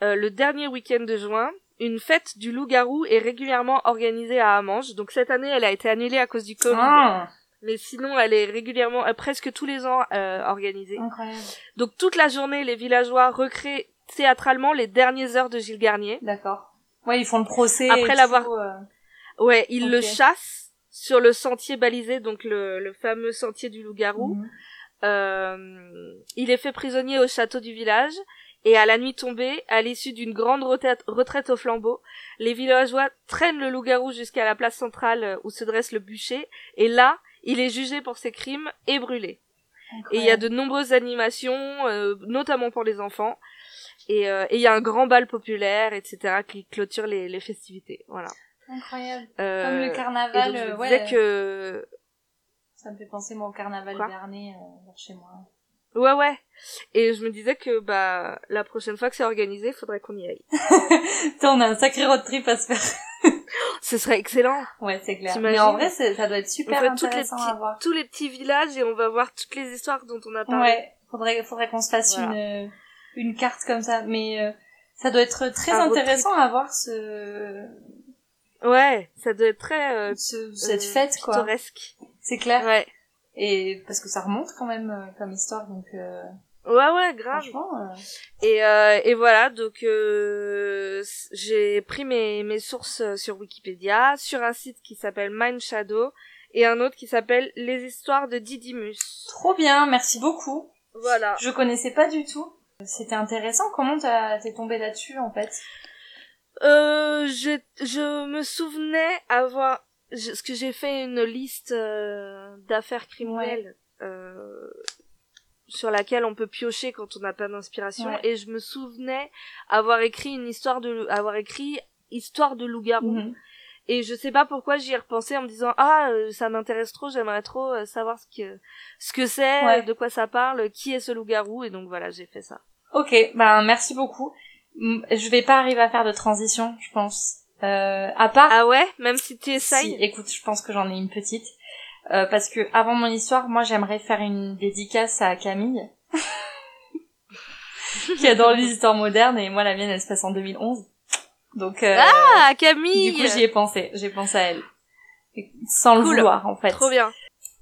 euh, le dernier week-end de juin, une fête du loup-garou est régulièrement organisée à Amange. Donc cette année, elle a été annulée à cause du Covid.
Ah,
Mais sinon, elle est régulièrement, euh, presque tous les ans, euh, organisée.
incroyable.
Donc toute la journée, les villageois recréent théâtralement les dernières heures de Gilles Garnier.
D'accord. Ouais, ils font le procès.
Après
et
l'avoir-
tout, euh,
Ouais, ils le
Ok.
chassent sur le sentier balisé, donc le, le fameux sentier du loup-garou.
mhm.
Euh, il est fait prisonnier au château du village. Et à la nuit tombée, à l'issue d'une grande retraite, retraite au flambeau, les villageois traînent le loup-garou jusqu'à la place centrale euh, où se dresse le bûcher, et là, il est jugé pour ses crimes et brûlé. Et il y a de nombreuses animations, euh, notamment pour les enfants, et euh, et il y a un grand bal populaire, etc., qui clôture les, les festivités. Voilà.
Incroyable.
Euh,
Comme le
et
carnaval,
donc, je
euh,
vous
ouais.
disais que
Ça me fait penser, moi, au carnaval
Quoi
dernier, euh, vers chez moi.
Ouais, ouais. Et je me disais que bah la prochaine fois que c'est organisé, faudrait qu'on y aille.
Putain, on a un sacré road trip à se faire.
Oh, Ce serait excellent.
Ouais, c'est clair.
T'imagines
Mais en vrai, c'est- ça doit être
On
super
ferait toutes les
intéressant à
petits,
voir.
tous les petits villages et on va voir toutes les histoires dont on a parlé.
Ouais, faudrait, faudrait qu'on se fasse
Voilà.
une, euh, une carte comme ça. Mais euh, ça doit être très
Un road
intéressant à voir ce,
Ouais, ça doit être très euh,
ce- cette
euh,
fête, quoi.
pittoresque.
C'est clair.
Ouais,
Et parce que ça remonte quand même euh, comme histoire, donc euh,
ouais, ouais, grave.
franchement. euh,
Et euh, et voilà, donc euh, c- j'ai pris mes mes sources euh, sur Wikipédia, sur un site qui s'appelle Mind Shadow et un autre qui s'appelle Les histoires de Didymus.
Trop bien, merci beaucoup.
Voilà.
Je connaissais pas du tout. C'était intéressant. Comment t'as- t'es tombée là-dessus, en fait
Euh, je, je me souvenais avoir, je- ce que j'ai fait une liste euh, d'affaires criminelles euh, sur laquelle on peut piocher quand on n'a pas d'inspiration,
Ouais.
et je me souvenais avoir écrit une histoire de, avoir écrit histoire de loup-garou.
Mhm.
Et je sais pas pourquoi j'y ai repensé en me disant ah euh, ça m'intéresse trop, j'aimerais trop euh, savoir ce que ce que c'est,
Ouais.
euh, de quoi ça parle, qui est ce loup-garou, et donc voilà j'ai fait ça.
Ok, ben merci beaucoup. Mm, Je vais pas arriver à faire de transition, je pense. Euh, à part
Ah ouais, même si tu
Si, euh,
essayes.
écoute, je pense que j'en ai une petite. Euh, parce que avant mon histoire, moi j'aimerais faire une dédicace à Camille, qui adore les histoires modernes, et moi la mienne elle se passe en 2011. Donc euh,
Ah Camille.
du coup j'y ai pensé, j'ai pensé à elle. sans le
Cool.
vouloir en fait.
Trop bien.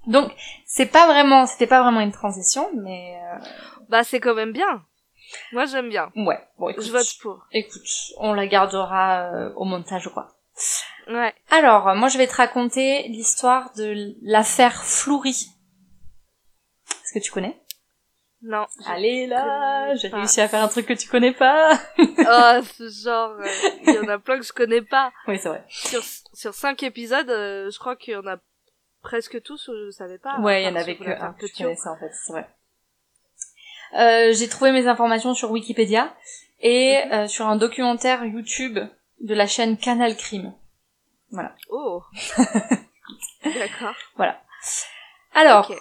Donc c'est pas vraiment, c'était pas vraiment une transition, mais
Bah, c'est quand même bien. Moi, j'aime bien.
euh, ouais. Bon, écoute,
Je vote pour.
écoute, on la gardera euh, au montage quoi.
Ouais.
Alors, euh, moi, je vais te raconter l'histoire de l'affaire Floury. Est-ce que tu connais
Non.
Allez
là, j'ai réussi
à faire un truc que tu connais pas.
oh, ce genre, euh, il y en a plein que je connais pas.
Oui, c'est vrai.
Sur, sur cinq épisodes, euh, je crois qu'il y en a presque tous où je savais pas.
ouais, il y en
Enfin,
avait
sur
que un
l'affaire
que tu
Petiot.
connaissais en fait, c'est vrai. Euh, j'ai trouvé mes informations sur Wikipédia et euh, sur un documentaire YouTube de la chaîne Canal Crime.
Oh. D'accord.
Voilà. Alors,
Ok.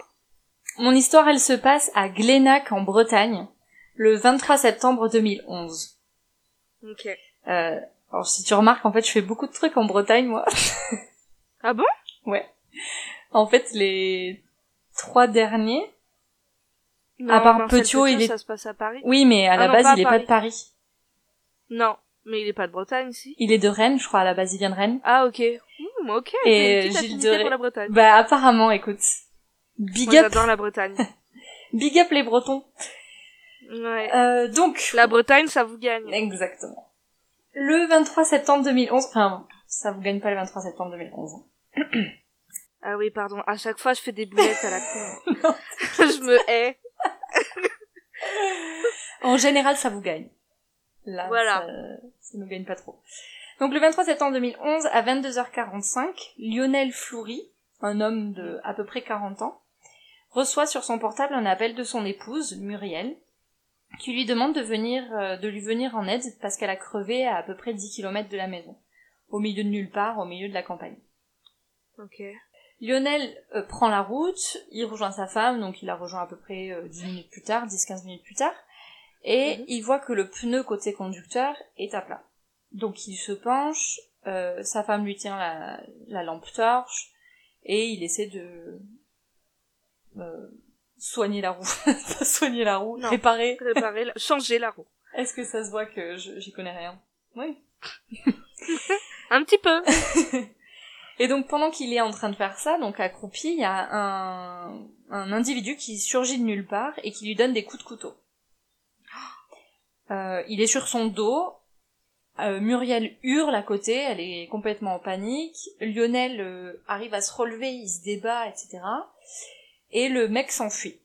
mon histoire, elle se passe à Glénac en Bretagne, le 23 septembre 2011.
Ok.
Euh, alors si tu remarques, en fait, je fais beaucoup de trucs en Bretagne, moi.
Ah bon
Ouais. En fait, les trois derniers.
Non,
À part
Marcel
Petiot, il est-
ça se passe à Paris.
Oui, mais à
Ah
la
non,
base,
pas à
il est pas de Paris.
Non, mais il est pas de Bretagne, si.
Il est de Rennes, je crois. À la base, il vient de Rennes.
Ah ok. Mmh, ok.
Et, euh,
t'as une petite
Gilles
affinité
Doré.
pour la Bretagne.
Bah, apparemment, écoute. Big
Moi,
up,
j'adore la Bretagne.
big up les Bretons.
Ouais.
Euh, donc,
La Bretagne, ça vous gagne.
Exactement. Le 23 septembre 2011. Enfin, bon, ça vous gagne pas le 23 septembre 2011. hein.
Ah oui, pardon. À chaque fois, je fais des boulettes à la con. je me hais.
En général, ça vous gagne. Là,
Voilà.
ça, ça nous gagne pas trop. Donc le 23 septembre 2011, à 22h45, Lionel Floury, un homme de à peu près 40 ans, reçoit sur son portable un appel de son épouse, Muriel, qui lui demande de venir, euh, de lui venir en aide parce qu'elle a crevé à à peu près 10 km de la maison, au milieu de nulle part, au milieu de la campagne.
Ok.
Lionel euh, prend la route, il rejoint sa femme, donc il la rejoint à peu près euh, 10 minutes plus tard, 10-15 minutes plus tard, et il voit que le pneu côté conducteur est à plat. Donc il se penche, euh, sa femme lui tient la, la lampe torche, et il essaie de euh, soigner la roue. Pas soigner la roue,
Non.
réparer.
Réparer, la- changer la roue.
Est-ce que ça se voit que je- j'y connais rien Oui.
Un petit peu.
Et donc pendant qu'il est en train de faire ça, donc accroupi, il y a un, un individu qui surgit de nulle part et qui lui donne des coups de couteau. Euh, il est sur son dos. euh, Muriel hurle à côté, elle est complètement en panique. Lionel euh, arrive à se relever, il se débat, etc. Et le mec s'enfuit.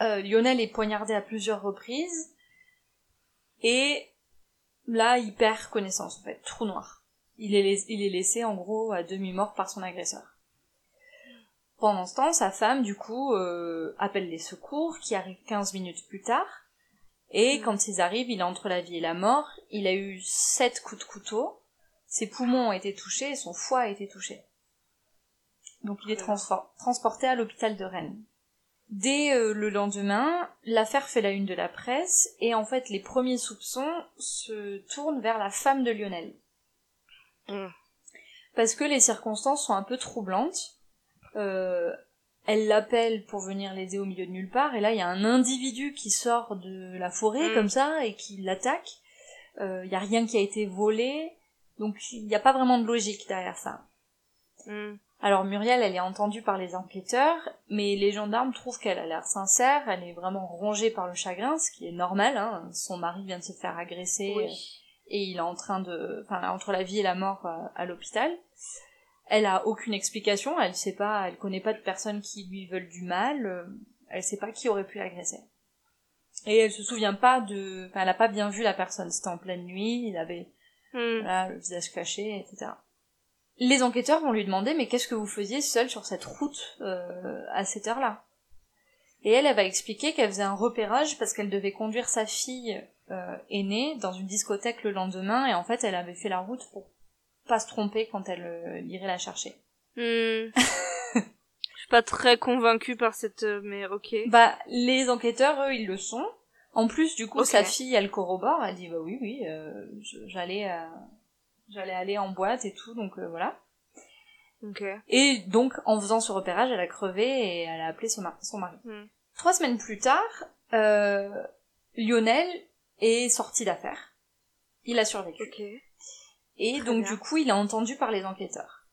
Euh, Lionel est poignardé à plusieurs reprises. Et là, il perd connaissance, en fait. Trou noir. Il est, laiss- il est laissé en gros à demi-mort par son agresseur. Pendant ce temps, sa femme, du coup, euh, appelle les secours, qui arrivent 15 minutes plus tard. Et quand ils arrivent, il est entre la vie et la mort. Il a eu 7 coups de couteau. Ses poumons ont été touchés et son foie a été touché. Donc il est transfor- transporté à l'hôpital de Rennes. Dès euh, le lendemain, l'affaire fait la une de la presse et en fait les premiers soupçons se tournent vers la femme de Lionel parce que les circonstances sont un peu troublantes. Euh, elle l'appelle pour venir l'aider au milieu de nulle part, et là il y a un individu qui sort de la forêt
Mm.
comme ça et qui l'attaque. Euh, Il y a rien qui a été volé, donc il n'y a pas vraiment de logique derrière ça.
Mm.
Alors Muriel, elle est entendue par les enquêteurs, mais les gendarmes trouvent qu'elle a l'air sincère, elle est vraiment rongée par le chagrin, ce qui est normal. Hein. Son mari vient de se faire agresser
Oui.
et il est en train de, enfin, entre la vie et la mort euh, à l'hôpital. Elle a aucune explication, elle sait pas, elle connaît pas de personnes qui lui veulent du mal, euh, elle sait pas qui aurait pu l'agresser. Et elle se souvient pas de, enfin, elle a pas bien vu la personne, c'était en pleine nuit, il avait
Mm.
voilà, le visage caché, etc. Les enquêteurs vont lui demander mais qu'est-ce que vous faisiez seule sur cette route euh, à cette heure-là Et elle, elle va expliquer qu'elle faisait un repérage parce qu'elle devait conduire sa fille euh, aînée dans une discothèque le lendemain et en fait elle avait fait la route pour pas se tromper quand elle euh, irait la chercher.
Mm. Je suis pas très convaincue par cette, euh, mais ok.
Bah les enquêteurs eux ils le sont. En plus du coup
Ok.
sa fille elle corrobore, elle dit bah oui oui euh, je- j'allais euh, j'allais aller en boîte et tout donc euh, voilà.
Ok.
Et donc, en faisant ce repérage, elle a crevé et elle a appelé son, mar- son mari.
Mm.
Trois semaines plus tard, euh, Lionel est sorti d'affaire. Il a survécu.
Ok.
Et
Très
donc,
bien.
du coup, il est entendu par les enquêteurs.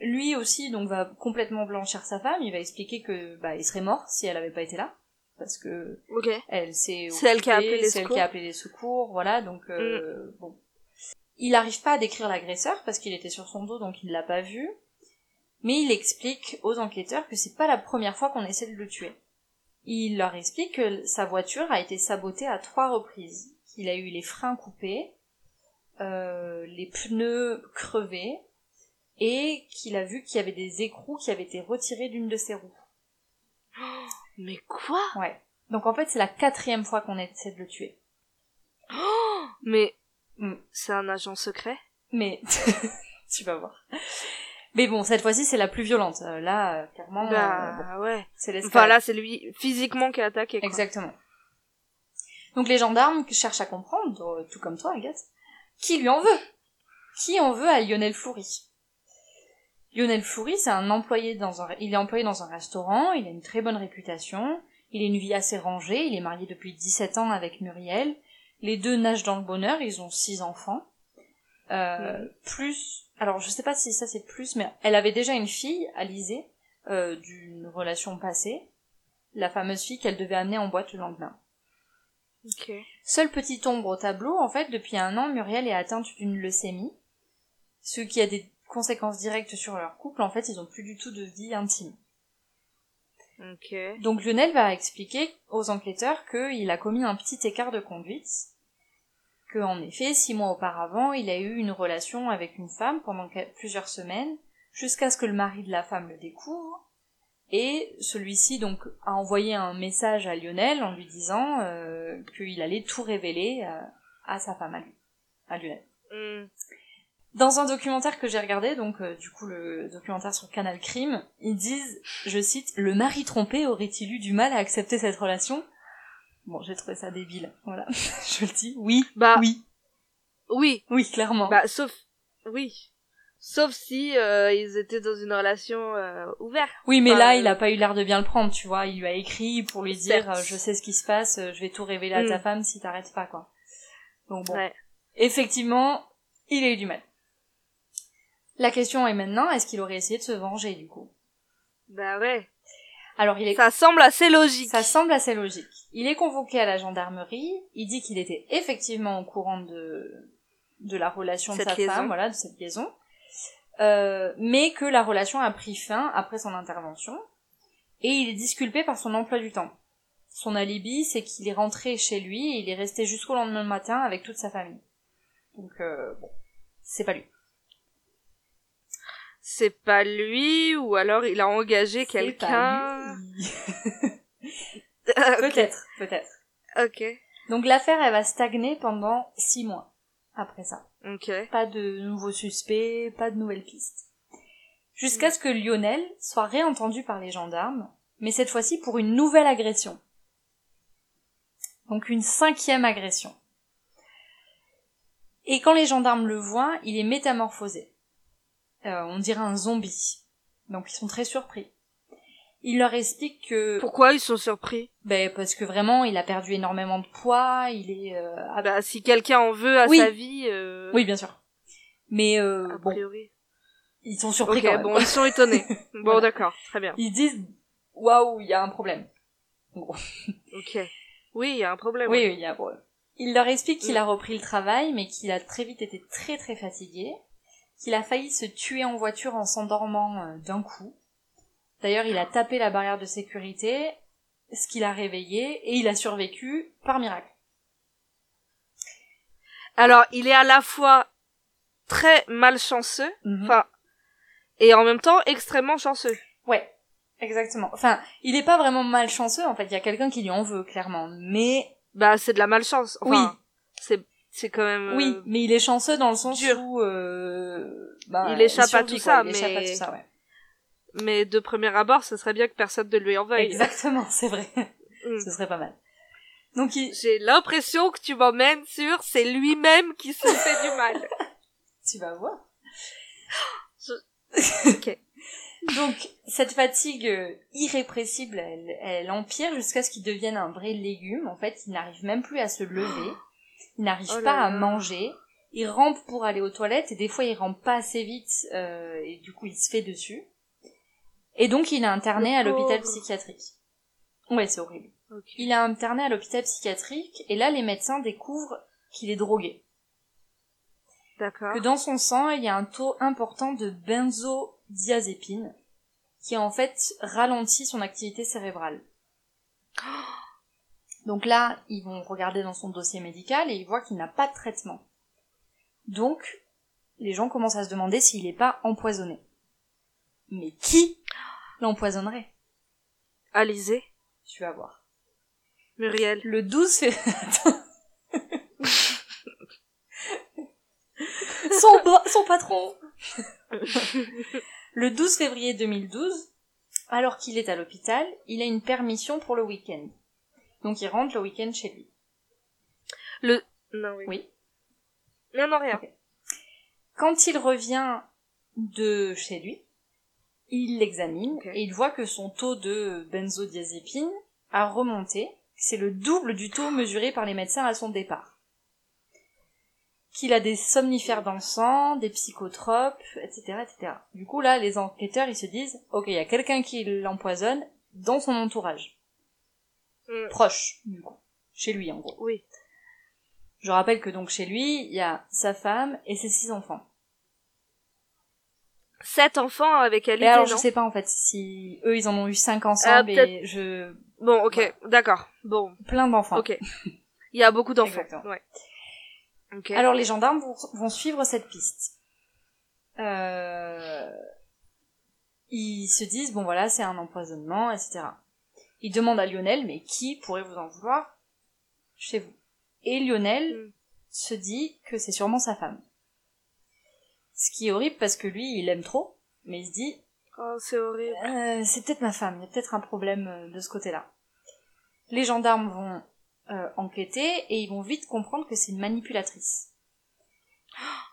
Lui aussi donc va complètement blanchir sa femme. Il va expliquer que bah il serait mort si elle avait pas été là parce que
Ok.
elle s'est
C'est elle qui a
occupée,
appelé les
c'est elle
secours. Mm.
qui a appelé les secours, voilà donc euh, bon. Il n'arrive pas à décrire l'agresseur parce qu'il était sur son dos donc il l'a pas vu. Mais il explique aux enquêteurs que c'est pas la première fois qu'on essaie de le tuer. Il leur explique que sa voiture a été sabotée à trois reprises, qu'il a eu les freins coupés, euh, les pneus crevés, et qu'il a vu qu'il y avait des écrous qui avaient été retirés d'une de ses roues.
Mais quoi
Ouais. Donc en fait, c'est la quatrième fois qu'on essaie de le tuer.
Mais
Mm.
c'est un agent secret
Mais tu vas voir. Mais bon, cette fois-ci, c'est la plus violente. Euh, Là, euh, clairement, euh, bon,
Bah ouais.
c'est l'escalade.
Enfin là, c'est lui physiquement qui a attaqué. Quoi.
Exactement. Donc les gendarmes cherchent à comprendre, euh, tout comme toi, Agathe, qui lui en veut. Qui en veut à Lionel Foury Lionel Foury, c'est un employé dans un, il est employé dans un restaurant, il a une très bonne réputation, il a une vie assez rangée, il est marié depuis 17 ans avec Muriel, les deux nagent dans le bonheur, ils ont six enfants. Euh, Plus, alors je sais pas si ça c'est plus, mais elle avait déjà une fille, Alizée, euh, d'une relation passée, la fameuse fille qu'elle devait amener en boîte le lendemain.
Ok.
Seule petite ombre au tableau, en fait, depuis un an, Muriel est atteinte d'une leucémie, ce qui a des conséquences directes sur leur couple. En fait, ils n'ont plus du tout de vie intime.
Ok.
Donc Lionel va expliquer aux enquêteurs qu'il a commis un petit écart de conduite, que en effet, six mois auparavant, il a eu une relation avec une femme pendant que- plusieurs semaines, jusqu'à ce que le mari de la femme le découvre, et celui-ci donc a envoyé un message à Lionel en lui disant euh, qu'il allait tout révéler euh, à sa femme à lui, à Lionel.
Mm.
Dans un documentaire que j'ai regardé, donc euh, du coup le documentaire sur Canal Crime, ils disent, je cite, le mari trompé aurait-il eu du mal à accepter cette relation Bon, j'ai trouvé ça débile, voilà, je le dis. Oui,
Bah oui.
oui, oui, clairement.
Bah sauf oui. Sauf si euh, ils étaient dans une relation euh, ouverte.
oui, mais
enfin,
là,
euh,
il a pas eu l'air de bien le prendre, tu vois. Il lui a écrit pour lui dire,
Certes.
euh, je sais ce qui se passe, euh, je vais tout révéler à ta
Mm.
femme si t'arrêtes pas, quoi. Donc bon.
Ouais.
Effectivement, il a eu du mal. La question est maintenant, est-ce qu'il aurait essayé de se venger, du coup
Bah ouais.
Alors, il est
Ça semble assez logique.
Ça semble assez logique. Il est convoqué à la gendarmerie, il dit qu'il était effectivement au courant de, de la relation de
Cette
sa
liaison.
femme, voilà, de cette liaison, Euh, mais que la relation a pris fin après son intervention, et il est disculpé par son emploi du temps. Son alibi, c'est qu'il est rentré chez lui et il est resté jusqu'au lendemain matin avec toute sa famille. Donc, euh, bon, c'est pas lui.
C'est pas lui ou alors il a engagé
C'est pas
quelqu'un.
lui.
ok.
peut-être, peut-être.
Ok.
Donc l'affaire, elle va stagner pendant six mois après ça.
Ok.
pas de nouveaux suspects, pas de nouvelles pistes.
Mm.
Jusqu'à ce que Lionel soit réentendu par les gendarmes, mais cette fois-ci pour une nouvelle agression. Donc une cinquième agression. Et quand les gendarmes le voient, il est métamorphosé. Euh, on dirait un zombie. Donc ils sont très surpris. Il leur explique que...
Pourquoi ils sont surpris
Ben, parce que vraiment, il a perdu énormément de poids, il est... euh,
Ah bah si quelqu'un en veut à
Oui.
sa vie. euh,
Oui, bien sûr. Mais euh,
A
bon,
priori.
ils sont surpris
Ok.
quand même.
Bon, ils sont étonnés. bon,
Voilà.
d'accord. Très bien.
ils disent waouh, il y a un problème.
Ok. Oui, il y a un problème.
Oui, oui, il y a un problème. Il leur explique qu'il
Oui.
a repris le travail, mais qu'il a très vite été très très fatigué, qu'il a failli se tuer en voiture en s'endormant euh, d'un coup. D'ailleurs, il a tapé la barrière de sécurité, ce qu'il a réveillé, et il a survécu par miracle.
Alors, il est à la fois très malchanceux
Mhm.
Enfin, et en même temps extrêmement chanceux.
Ouais, exactement. Enfin, il est pas vraiment malchanceux, en fait, il y a quelqu'un qui lui en veut, clairement, mais
Bah, c'est de la malchance. Enfin,
Oui.
C'est, c'est quand même. euh,
Oui, mais il est chanceux dans le sens
dur.
où euh, bah,
Il échappe à
survit, quoi,
tout ça,
il échappe à
mais-
tout ça, ouais.
Mais de premier abord, ce serait bien que personne ne lui en veuille.
Exactement, c'est vrai.
Mm.
Ce serait pas mal. Donc il-
J'ai l'impression que tu m'emmènes sur c'est lui-même qui se fait du mal.
tu vas voir.
Ok.
Donc cette fatigue euh, irrépressible, elle, elle empire jusqu'à ce qu'il devienne un vrai légume. En fait, il n'arrive même plus à se lever, il n'arrive
Oh là
pas à
là.
manger, Il rampe pour aller aux toilettes et des fois il rampe pas assez vite euh, et du coup il se fait dessus. Et donc il est interné
Le
à l'hôpital
pauvre.
psychiatrique. Ouais, c'est horrible.
Ok.
Il est interné à l'hôpital psychiatrique et là les médecins découvrent qu'il est drogué.
D'accord.
Que dans son sang il y a un taux important de benzodiazépine qui en fait ralentit son activité cérébrale. Donc là, ils vont regarder dans son dossier médical et ils voient qu'il n'a pas de traitement. Donc, les gens commencent à se demander s'il n'est pas empoisonné. Mais qui l'empoisonnerait
Alizé,
Tu vas voir.
Muriel.
Le 12 février. Attends. son, bo- son patron Le 12 février 2012, alors qu'il est à l'hôpital, il a une permission pour le week-end. Donc il rentre le week-end chez lui.
Le. Non, oui.
Oui.
Non, non, rien.
Ok. Quand il revient de chez lui, il l'examine
Ok.
et il voit que son taux de benzodiazépine a remonté. C'est le double du taux mesuré par les médecins à son départ. Qu'il a des somnifères dans le sang, des psychotropes, etc., etc. Du coup, là, les enquêteurs, ils se disent, ok, il y a quelqu'un qui l'empoisonne dans son entourage.
Mm.
Proche, du coup. Chez lui, en gros.
Oui.
Je rappelle que donc chez lui, il y a sa femme et ses six enfants.
Sept enfants avec Alizé,
Et alors, je
non
sais pas en fait si eux ils en ont eu cinq ensemble et
hein. Ah, peut-être-
je
Bon, ok,
Voilà.
d'accord. Bon,
plein d'enfants.
ok. Il y a beaucoup d'enfants.
Exactement.
Ouais. Ok.
Alors les gendarmes vont, vont suivre cette piste. Euh, Ils se disent bon voilà c'est un empoisonnement etc. Ils demandent à Lionel mais qui pourrait vous en vouloir chez vous Et Lionel
Mm.
se dit que c'est sûrement sa femme. Ce qui est horrible parce que lui il aime trop mais il se dit
Oh, c'est horrible.
Euh, c'est peut-être ma femme, il y a peut-être un problème euh, de ce côté-là. Les gendarmes vont euh, enquêter et ils vont vite comprendre que c'est une manipulatrice.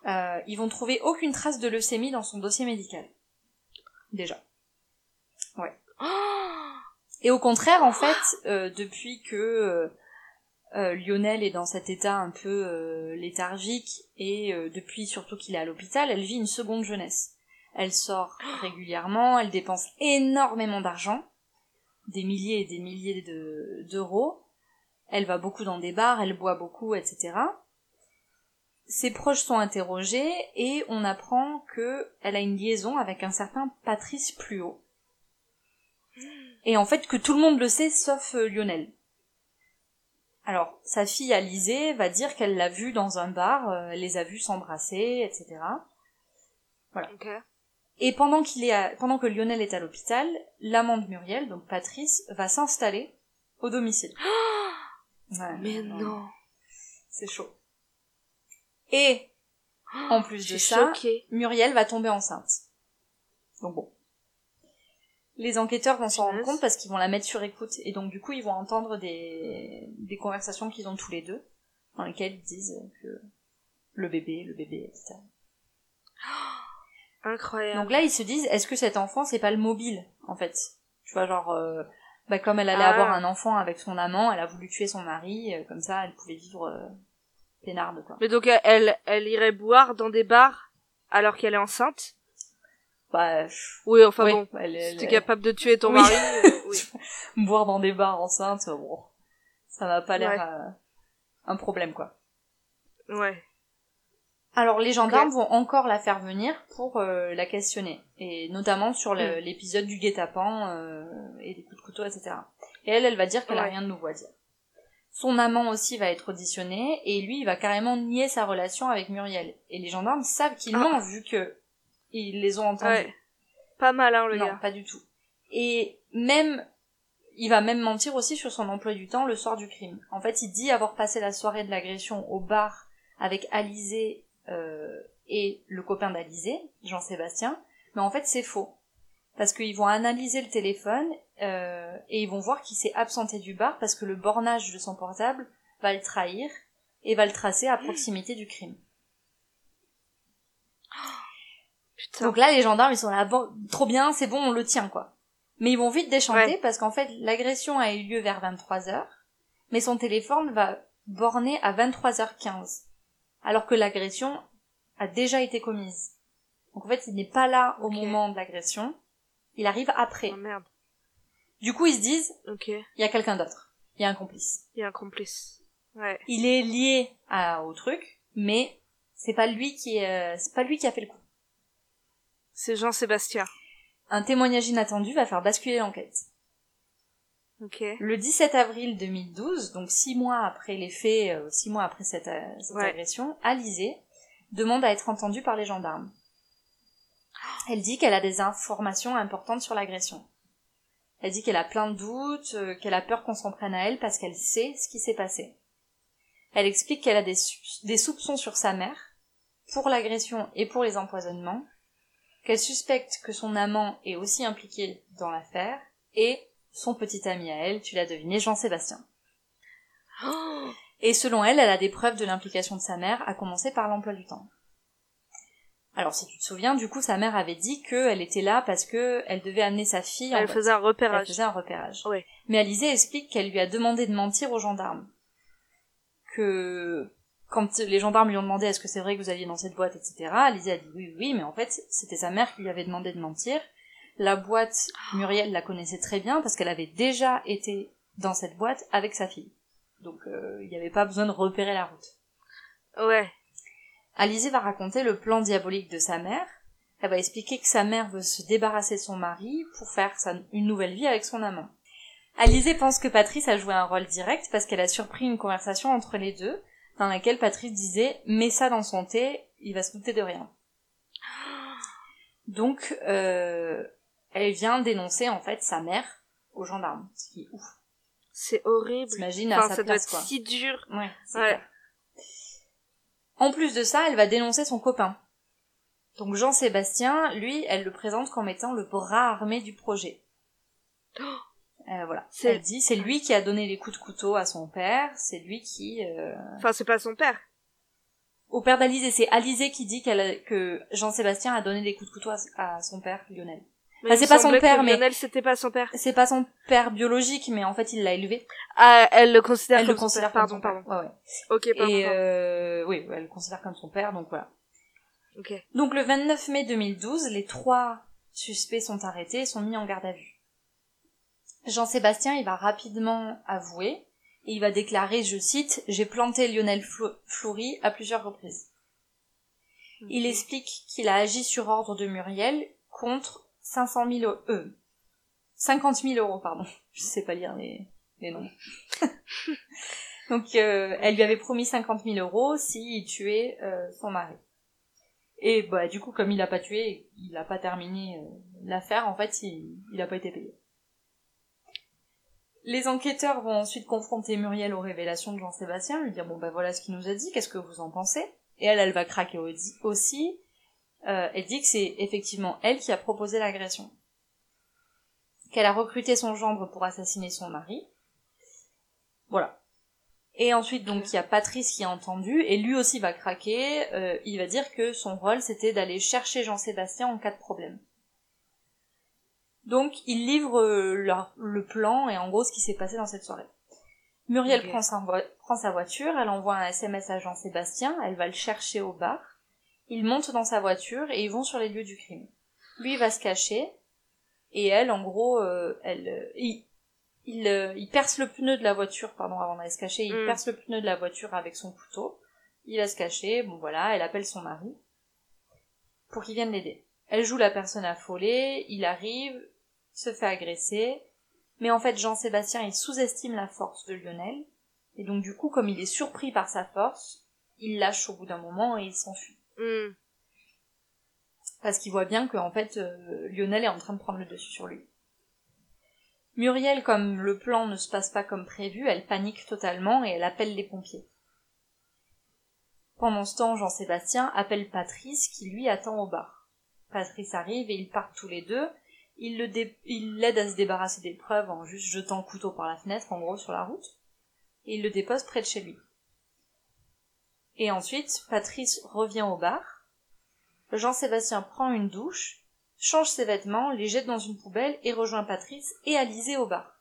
Euh, ils vont trouver aucune trace de leucémie dans son dossier médical. Déjà.
Oh
Et au contraire, en fait, euh, depuis que euh, euh, Lionel est dans cet état un peu euh, léthargique et euh, depuis surtout qu'il est à l'hôpital, elle vit une seconde jeunesse. Elle sort régulièrement, elle dépense énormément d'argent, des milliers et des milliers de- d'euros. elle va beaucoup dans des bars, elle boit beaucoup, etc. Ses proches sont interrogés et on apprend que elle a une liaison avec un certain Patrice Pluot. Et en fait, que tout le monde le sait, sauf euh, Lionel. Alors, sa fille Alizée va dire qu'elle l'a vu dans un bar, euh, elle les a vus s'embrasser, etc.
Ok.
Et pendant, qu'il est à- pendant que Lionel est à l'hôpital, l'amant de Muriel, donc Patrice, va s'installer au domicile. Ouais,
Mais
ouais,
non.
C'est chaud. Et, en plus
Je
de
suis
ça,
choquée.
Muriel va tomber enceinte. Donc bon. Les enquêteurs vont s'en rendre
Punaise.
compte parce qu'ils vont la mettre sur écoute. Et donc du coup, ils vont entendre des, des conversations qu'ils ont tous les deux, dans lesquelles ils disent que le bébé, le bébé, etc.
Incroyable.
Donc là, ils se disent, est-ce que cet enfant, c'est pas le mobile, en fait Tu vois, genre, euh, bah, comme elle allait
Ah.
avoir un enfant avec son amant, elle a voulu tuer son mari, euh, comme ça, elle pouvait vivre euh, peinarde, quoi.
Mais donc euh, elle, elle irait boire dans des bars alors qu'elle est enceinte
Bah, pff,
Oui, enfin
ouais,
bon.
elle-
Si
elle-
t'es capable de tuer ton
Oui.
mari, euh, oui.
boire dans des bars enceintes, euh, bon, ça m'a pas l'air
Ouais.
euh, un problème quoi.
Ouais.
Alors les gendarmes vont encore la faire venir pour euh, la questionner, et notamment sur le- l'épisode du guet-apens euh, et des coups de couteau, etc. Et elle, elle va dire qu'elle a
Ouais.
rien de nouveau à dire. Son amant aussi va être auditionné, et lui, il va carrément nier sa relation avec Muriel. Et les gendarmes savent qu'ils
Ah.
ment, vu que ils les ont entendus.
Ouais. Pas mal, hein, le
non,
gars.
pas du tout. Et même, il va même mentir aussi sur son emploi du temps le soir du crime. En fait, il dit avoir passé la soirée de l'agression au bar avec Alizé euh, et le copain d'Alizé, Jean-Sébastien, mais en fait, c'est faux. Parce qu'ils vont analyser le téléphone euh, et ils vont voir qu'il s'est absenté du bar parce que le bornage de son portable va le trahir et va le tracer à proximité du crime.
Putain.
Donc là, les gendarmes, ils sont là, bon, trop bien, c'est bon, on le tient, quoi. Mais ils vont vite déchanter
Ouais.
parce qu'en fait, l'agression a eu lieu vers 23h, mais son téléphone va borner à 23h15, alors que l'agression a déjà été commise. Donc en fait, il n'est pas là au
Ok.
moment de l'agression, il arrive après.
Oh merde.
Du coup, ils se disent,
Ok. Il
il y a quelqu'un d'autre, il y a un complice.
y a un complice. Ouais.
Il est lié à, au truc, mais c'est pas lui qui est, euh, c'est pas lui qui a fait le coup.
C'est Jean-Sébastien.
Un témoignage inattendu va faire basculer l'enquête.
Ok.
Le 17 avril 2012, donc six mois après les faits, euh, six mois après cette, euh, cette
Ouais.
agression, Alizée demande à être entendue par les gendarmes. Elle dit qu'elle a des informations importantes sur l'agression. Elle dit qu'elle a plein de doutes, euh, qu'elle a peur qu'on s'en prenne à elle parce qu'elle sait ce qui s'est passé. Elle explique qu'elle a des, sou- des soupçons sur sa mère, pour l'agression et pour les empoisonnements, qu'elle suspecte que son amant est aussi impliqué dans l'affaire, et son petit ami à elle, tu l'as deviné, Jean-Sébastien.
Oh
Et selon elle, elle a des preuves de l'implication de sa mère, à commencer par l'emploi du temps. Alors si tu te souviens, du coup, sa mère avait dit qu'elle était là parce que elle devait amener sa fille en
Elle
boîte.
faisait un
Elle
repérage.
faisait un repérage.
Ouais.
Mais Alizée explique qu'elle lui a demandé de mentir aux gendarmes. Que quand les gendarmes lui ont demandé est-ce que c'est vrai que vous alliez dans cette boîte, etc., Alizée a dit oui, oui, oui, mais en fait, c'était sa mère qui lui avait demandé de mentir. La boîte, Muriel la connaissait très bien parce qu'elle avait déjà été dans cette boîte avec sa fille. Donc euh, il n'y avait pas besoin de repérer la route.
Ouais.
Alizée va raconter le plan diabolique de sa mère. Elle va expliquer que sa mère veut se débarrasser de son mari pour faire sa- une nouvelle vie avec son amant. Alizée pense que Patrice a joué un rôle direct parce qu'elle a surpris une conversation entre les deux dans laquelle Patrice disait « Mets ça dans son thé, il va se douter de rien ». Donc, euh, elle vient dénoncer en fait sa mère aux gendarmes, ce qui est ouf.
C'est horrible.
T'imagines à
Enfin,
sa
ça doit
place,
être
quoi.
si dur.
Ouais, c'est
Ouais.
clair. En plus de ça, elle va dénoncer son copain. Donc Jean-Sébastien, lui, elle le présente comme étant le bras armé du projet. Euh, voilà.
Oh. C'est-
Elle dit, c'est lui qui a donné les coups de couteau à son père, c'est lui qui... euh,
Enfin, c'est pas son père.
Au père d'Alizé, c'est Alizé qui dit qu'elle a- que Jean-Sébastien a donné les coups de couteau à, à son père, Lionel.
Mais
Enfin,
il
c'est
me
pas son
semblait que
père, mais-
Lionel, c'était pas son père.
C'est pas son père biologique, mais en fait, il l'a élevé.
Ah, elle le considère
Elle
comme
le
son
considère
père.
comme
Pardon,
son père.
pardon.
Ouais, ouais.
Ok, pardon.
Et
pardon.
euh, oui, elle le considère comme son père, donc voilà. euh,
Ok.
Donc le 29 mai 2012, les trois suspects sont arrêtés et sont mis en garde à vue. Jean-Sébastien, il va rapidement avouer et il va déclarer, je cite, J'ai planté Lionel Flo- Flory à plusieurs reprises.
Mhm.
Il
Hmm.
explique qu'il a agi sur ordre de Muriel contre 500 000 euros. 50 000 E. euros, pardon. Je sais pas lire les, les noms. Donc, euh, elle lui avait promis 50 000 euros s'il tuait euh, son mari. Et bah, du coup, comme il l'a pas tué, il n'a pas terminé euh, l'affaire, en fait, il n'a pas été payé. Les enquêteurs vont ensuite confronter Muriel aux révélations de Jean-Sébastien, lui dire Bon, bah voilà ce qu'il nous a dit, qu'est-ce que vous en pensez Et elle, elle va craquer au- aussi. Euh, elle dit que c'est effectivement elle qui a proposé l'agression. Qu'elle a recruté son gendre pour assassiner son mari. Voilà. Et ensuite, donc, il y a Patrice qui a entendu, et lui aussi va craquer. euh, il va dire que son rôle, c'était d'aller chercher Jean-Sébastien en cas de problème. Donc, ils livrent euh, leur- le plan et en gros ce qui s'est passé dans cette soirée. Muriel
Ok.
prend, sa voi- prend sa voiture, elle envoie un SMS à Jean-Sébastien, elle va le chercher au bar. Ils montent dans sa voiture et ils vont sur les lieux du crime. Lui il va se cacher et elle, en gros, euh, elle, euh, il, il, euh, il perce le pneu de la voiture, pardon, avant d'aller se cacher, il
Mm.
perce le pneu de la voiture avec son couteau. Il va se cacher, bon voilà, elle appelle son mari pour qu'il vienne l'aider. Elle joue la personne affolée, il arrive, se fait agresser, mais en fait Jean-Sébastien il sous-estime la force de Lionel, et donc du coup comme il est surpris par sa force, il lâche au bout d'un moment et il s'enfuit.
Hmm.
Parce qu'il voit bien que en fait euh, Lionel est en train de prendre le dessus sur lui. Muriel, comme le plan ne se passe pas comme prévu, elle panique totalement et elle appelle les pompiers. Pendant ce temps, Jean-Sébastien appelle Patrice qui lui attend au bar. Patrice arrive et ils partent tous les deux. Il le dé- il l'aide à se débarrasser des preuves en juste jetant le couteau par la fenêtre, en gros, sur la route. Et il le dépose près de chez lui. Et ensuite, Patrice revient au bar. Jean-Sébastien prend une douche, change ses vêtements, les jette dans une poubelle et rejoint Patrice et Alizé au bar.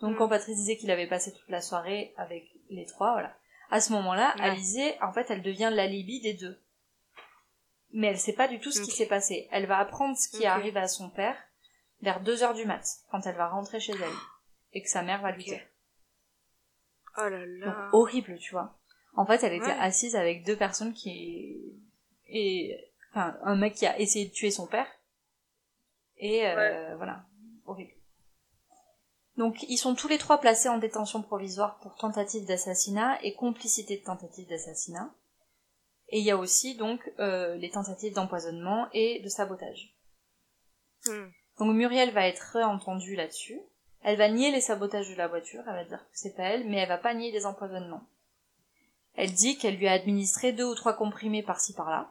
Donc
Mm.
quand Patrice disait qu'il avait passé toute la soirée avec les trois, voilà. à ce moment-là,
Ouais.
Alizée, en fait, elle devient l'alibi des deux. Mais elle sait pas du tout ce qui
Ok.
s'est passé. Elle va apprendre ce qui
Ok.
arrive à son père vers 2 heures du mat, quand elle va rentrer chez elle, et que sa mère va lui
Ok.
dire.
Oh là
Donc,
là.
horrible, tu vois. En fait, elle était
Ouais.
assise avec deux personnes qui... Et... Enfin, un mec qui a essayé de tuer son père. Et euh, voilà, horrible. Donc, ils sont tous les trois placés en détention provisoire pour tentative d'assassinat et complicité de tentative d'assassinat. Et il y a aussi, donc, euh, les tentatives d'empoisonnement et de sabotage. oh.
Hmm.
Donc Muriel va être réentendue là-dessus. Elle va nier les sabotages de la voiture, elle va dire que c'est pas elle, mais elle va pas nier les empoisonnements. Elle dit qu'elle lui a administré deux ou trois comprimés par-ci par-là.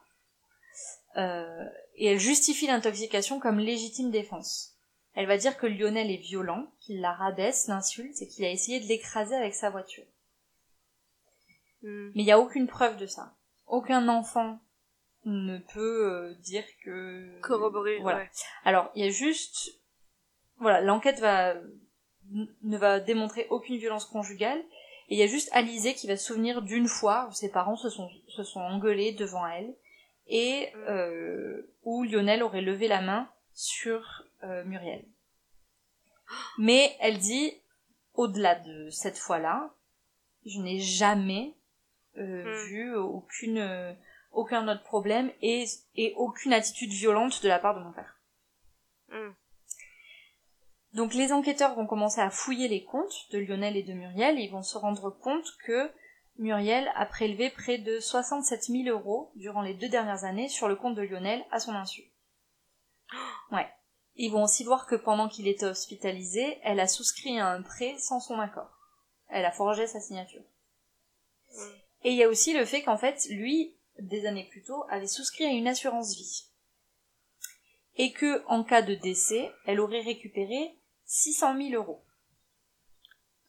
Euh, et elle justifie l'intoxication comme légitime défense. Elle va dire que Lionel est violent, qu'il la rabaisse, l'insulte et qu'il a essayé de l'écraser avec sa voiture.
Hmm.
Mais il n'y a aucune preuve de ça. Aucun enfant ne peut euh, dire que...
Corroboré.
Voilà.
ouais.
Alors, il y a juste. Voilà, l'enquête va n- ne va démontrer aucune violence conjugale. Et il y a juste Alizée qui va se souvenir d'une fois où ses parents se sont, se sont engueulés devant elle et euh, où Lionel aurait levé la main sur euh, Muriel. Mais elle dit, au-delà de cette fois-là, je n'ai jamais euh,
Hmm.
vu aucune, euh, aucun autre problème et, et aucune attitude violente de la part de mon père.
Hmm.
Donc les enquêteurs vont commencer à fouiller les comptes de Lionel et de Muriel et ils vont se rendre compte que Muriel a prélevé près de 67 000 euros durant les deux dernières années sur le compte de Lionel à son insu. Ouais. Ils vont aussi voir que pendant qu'il était hospitalisé, elle a souscrit à un prêt sans son accord. Elle a forgé sa signature. Et il y a aussi le fait qu'en fait, lui, des années plus tôt, avait souscrit à une assurance vie et que, en cas de décès, elle aurait récupéré 600 000 euros.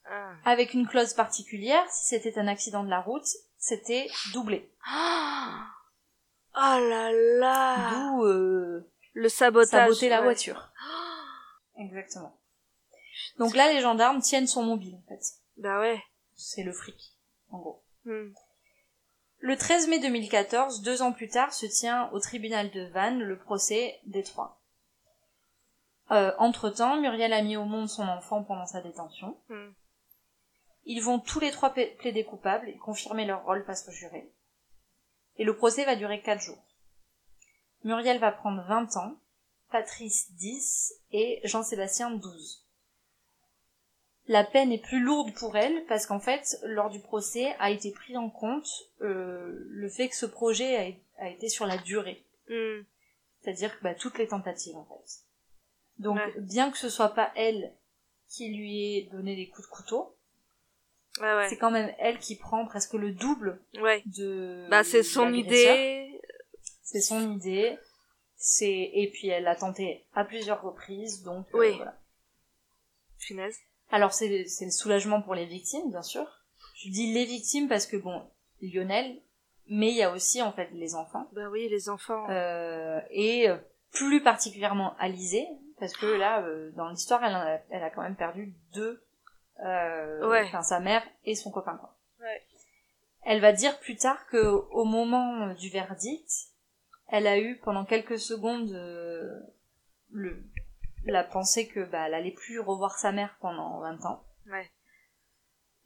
Ah.
Avec une clause particulière, si c'était un accident de la route, c'était doublé.
Ah. Oh là là.
D'où euh,
Le sabotage.
saboter la
ouais.
voiture. Exactement. Donc là, les gendarmes tiennent son mobile, en fait.
Bah ouais.
C'est le fric, en gros.
Hmm.
Le 13 mai 2014, deux ans plus tard, se tient au tribunal de Vannes le procès des trois. Euh, Entre-temps, Muriel a mis au monde son enfant pendant sa détention.
Hmm.
Ils vont tous les trois pla- plaider coupables et confirmer leur rôle face au juré. Et le procès va durer quatre jours. Muriel va prendre 20 ans, Patrice 10 et Jean-Sébastien 12 la peine est plus lourde pour elle parce qu'en fait, lors du procès, a été pris en compte euh, le fait que ce projet a, a été sur la durée,
Hmm.
c'est-à-dire que, bah, toutes les tentatives en fait. Donc,
Ouais.
bien que ce soit pas elle qui lui ait donné les coups de couteau,
Ouais
c'est
ouais.
quand même elle qui prend presque le double
Ouais.
de.
Bah c'est son
euh, l'agresseur.
idée.
C'est son idée. C'est et puis elle l'a tenté à plusieurs reprises, donc euh,
Oui.
voilà.
Finesse.
Alors c'est c'est le soulagement pour les victimes, bien sûr. Je dis les victimes parce que bon, Lionel, mais il y a aussi en fait les enfants
Bah oui, les enfants.
Euh, et euh, plus particulièrement Alizée parce que là euh, dans l'histoire elle, en a- elle a quand même perdu deux, euh,
Ouais.
enfin sa mère et son copain. quoi.
Ouais.
Elle va dire plus tard que au moment euh, du verdict, elle a eu pendant quelques secondes euh, le, la pensée que bah, elle allait plus revoir sa mère pendant 20 ans.
Ouais.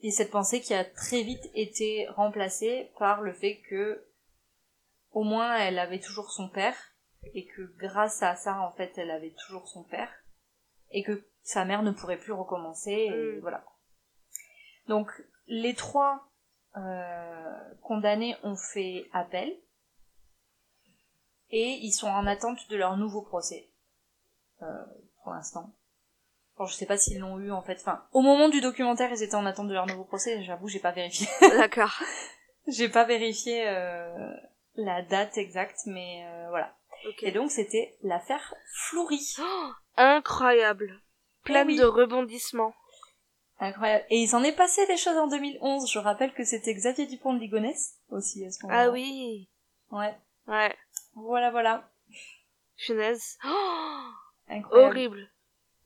Et cette pensée qui a très vite été remplacée par le fait que au moins elle avait toujours son père et que grâce à ça en fait elle avait toujours son père et que sa mère ne pourrait plus recommencer et
Mm.
voilà. Donc les trois euh, condamnés ont fait appel et ils sont en attente de leur nouveau procès euh, pour l'instant. Bon, je sais pas s'ils l'ont eu en fait. Enfin, au moment du documentaire, ils étaient en attente de leur nouveau procès. J'avoue, j'ai pas vérifié.
D'accord.
j'ai pas vérifié euh, la date exacte, mais euh, voilà.
Ok.
Et donc, c'était l'affaire Flouri.
Oh, incroyable. Pleine
Eh oui.
de rebondissements.
Incroyable. Et il s'en est passé des choses en 2011. Je rappelle que c'était Xavier Dupont de Ligonnès aussi à ce moment-là.
Ah oui.
Ouais.
Ouais.
Voilà, voilà.
Finesse. Oh,
Incroyable.
horrible.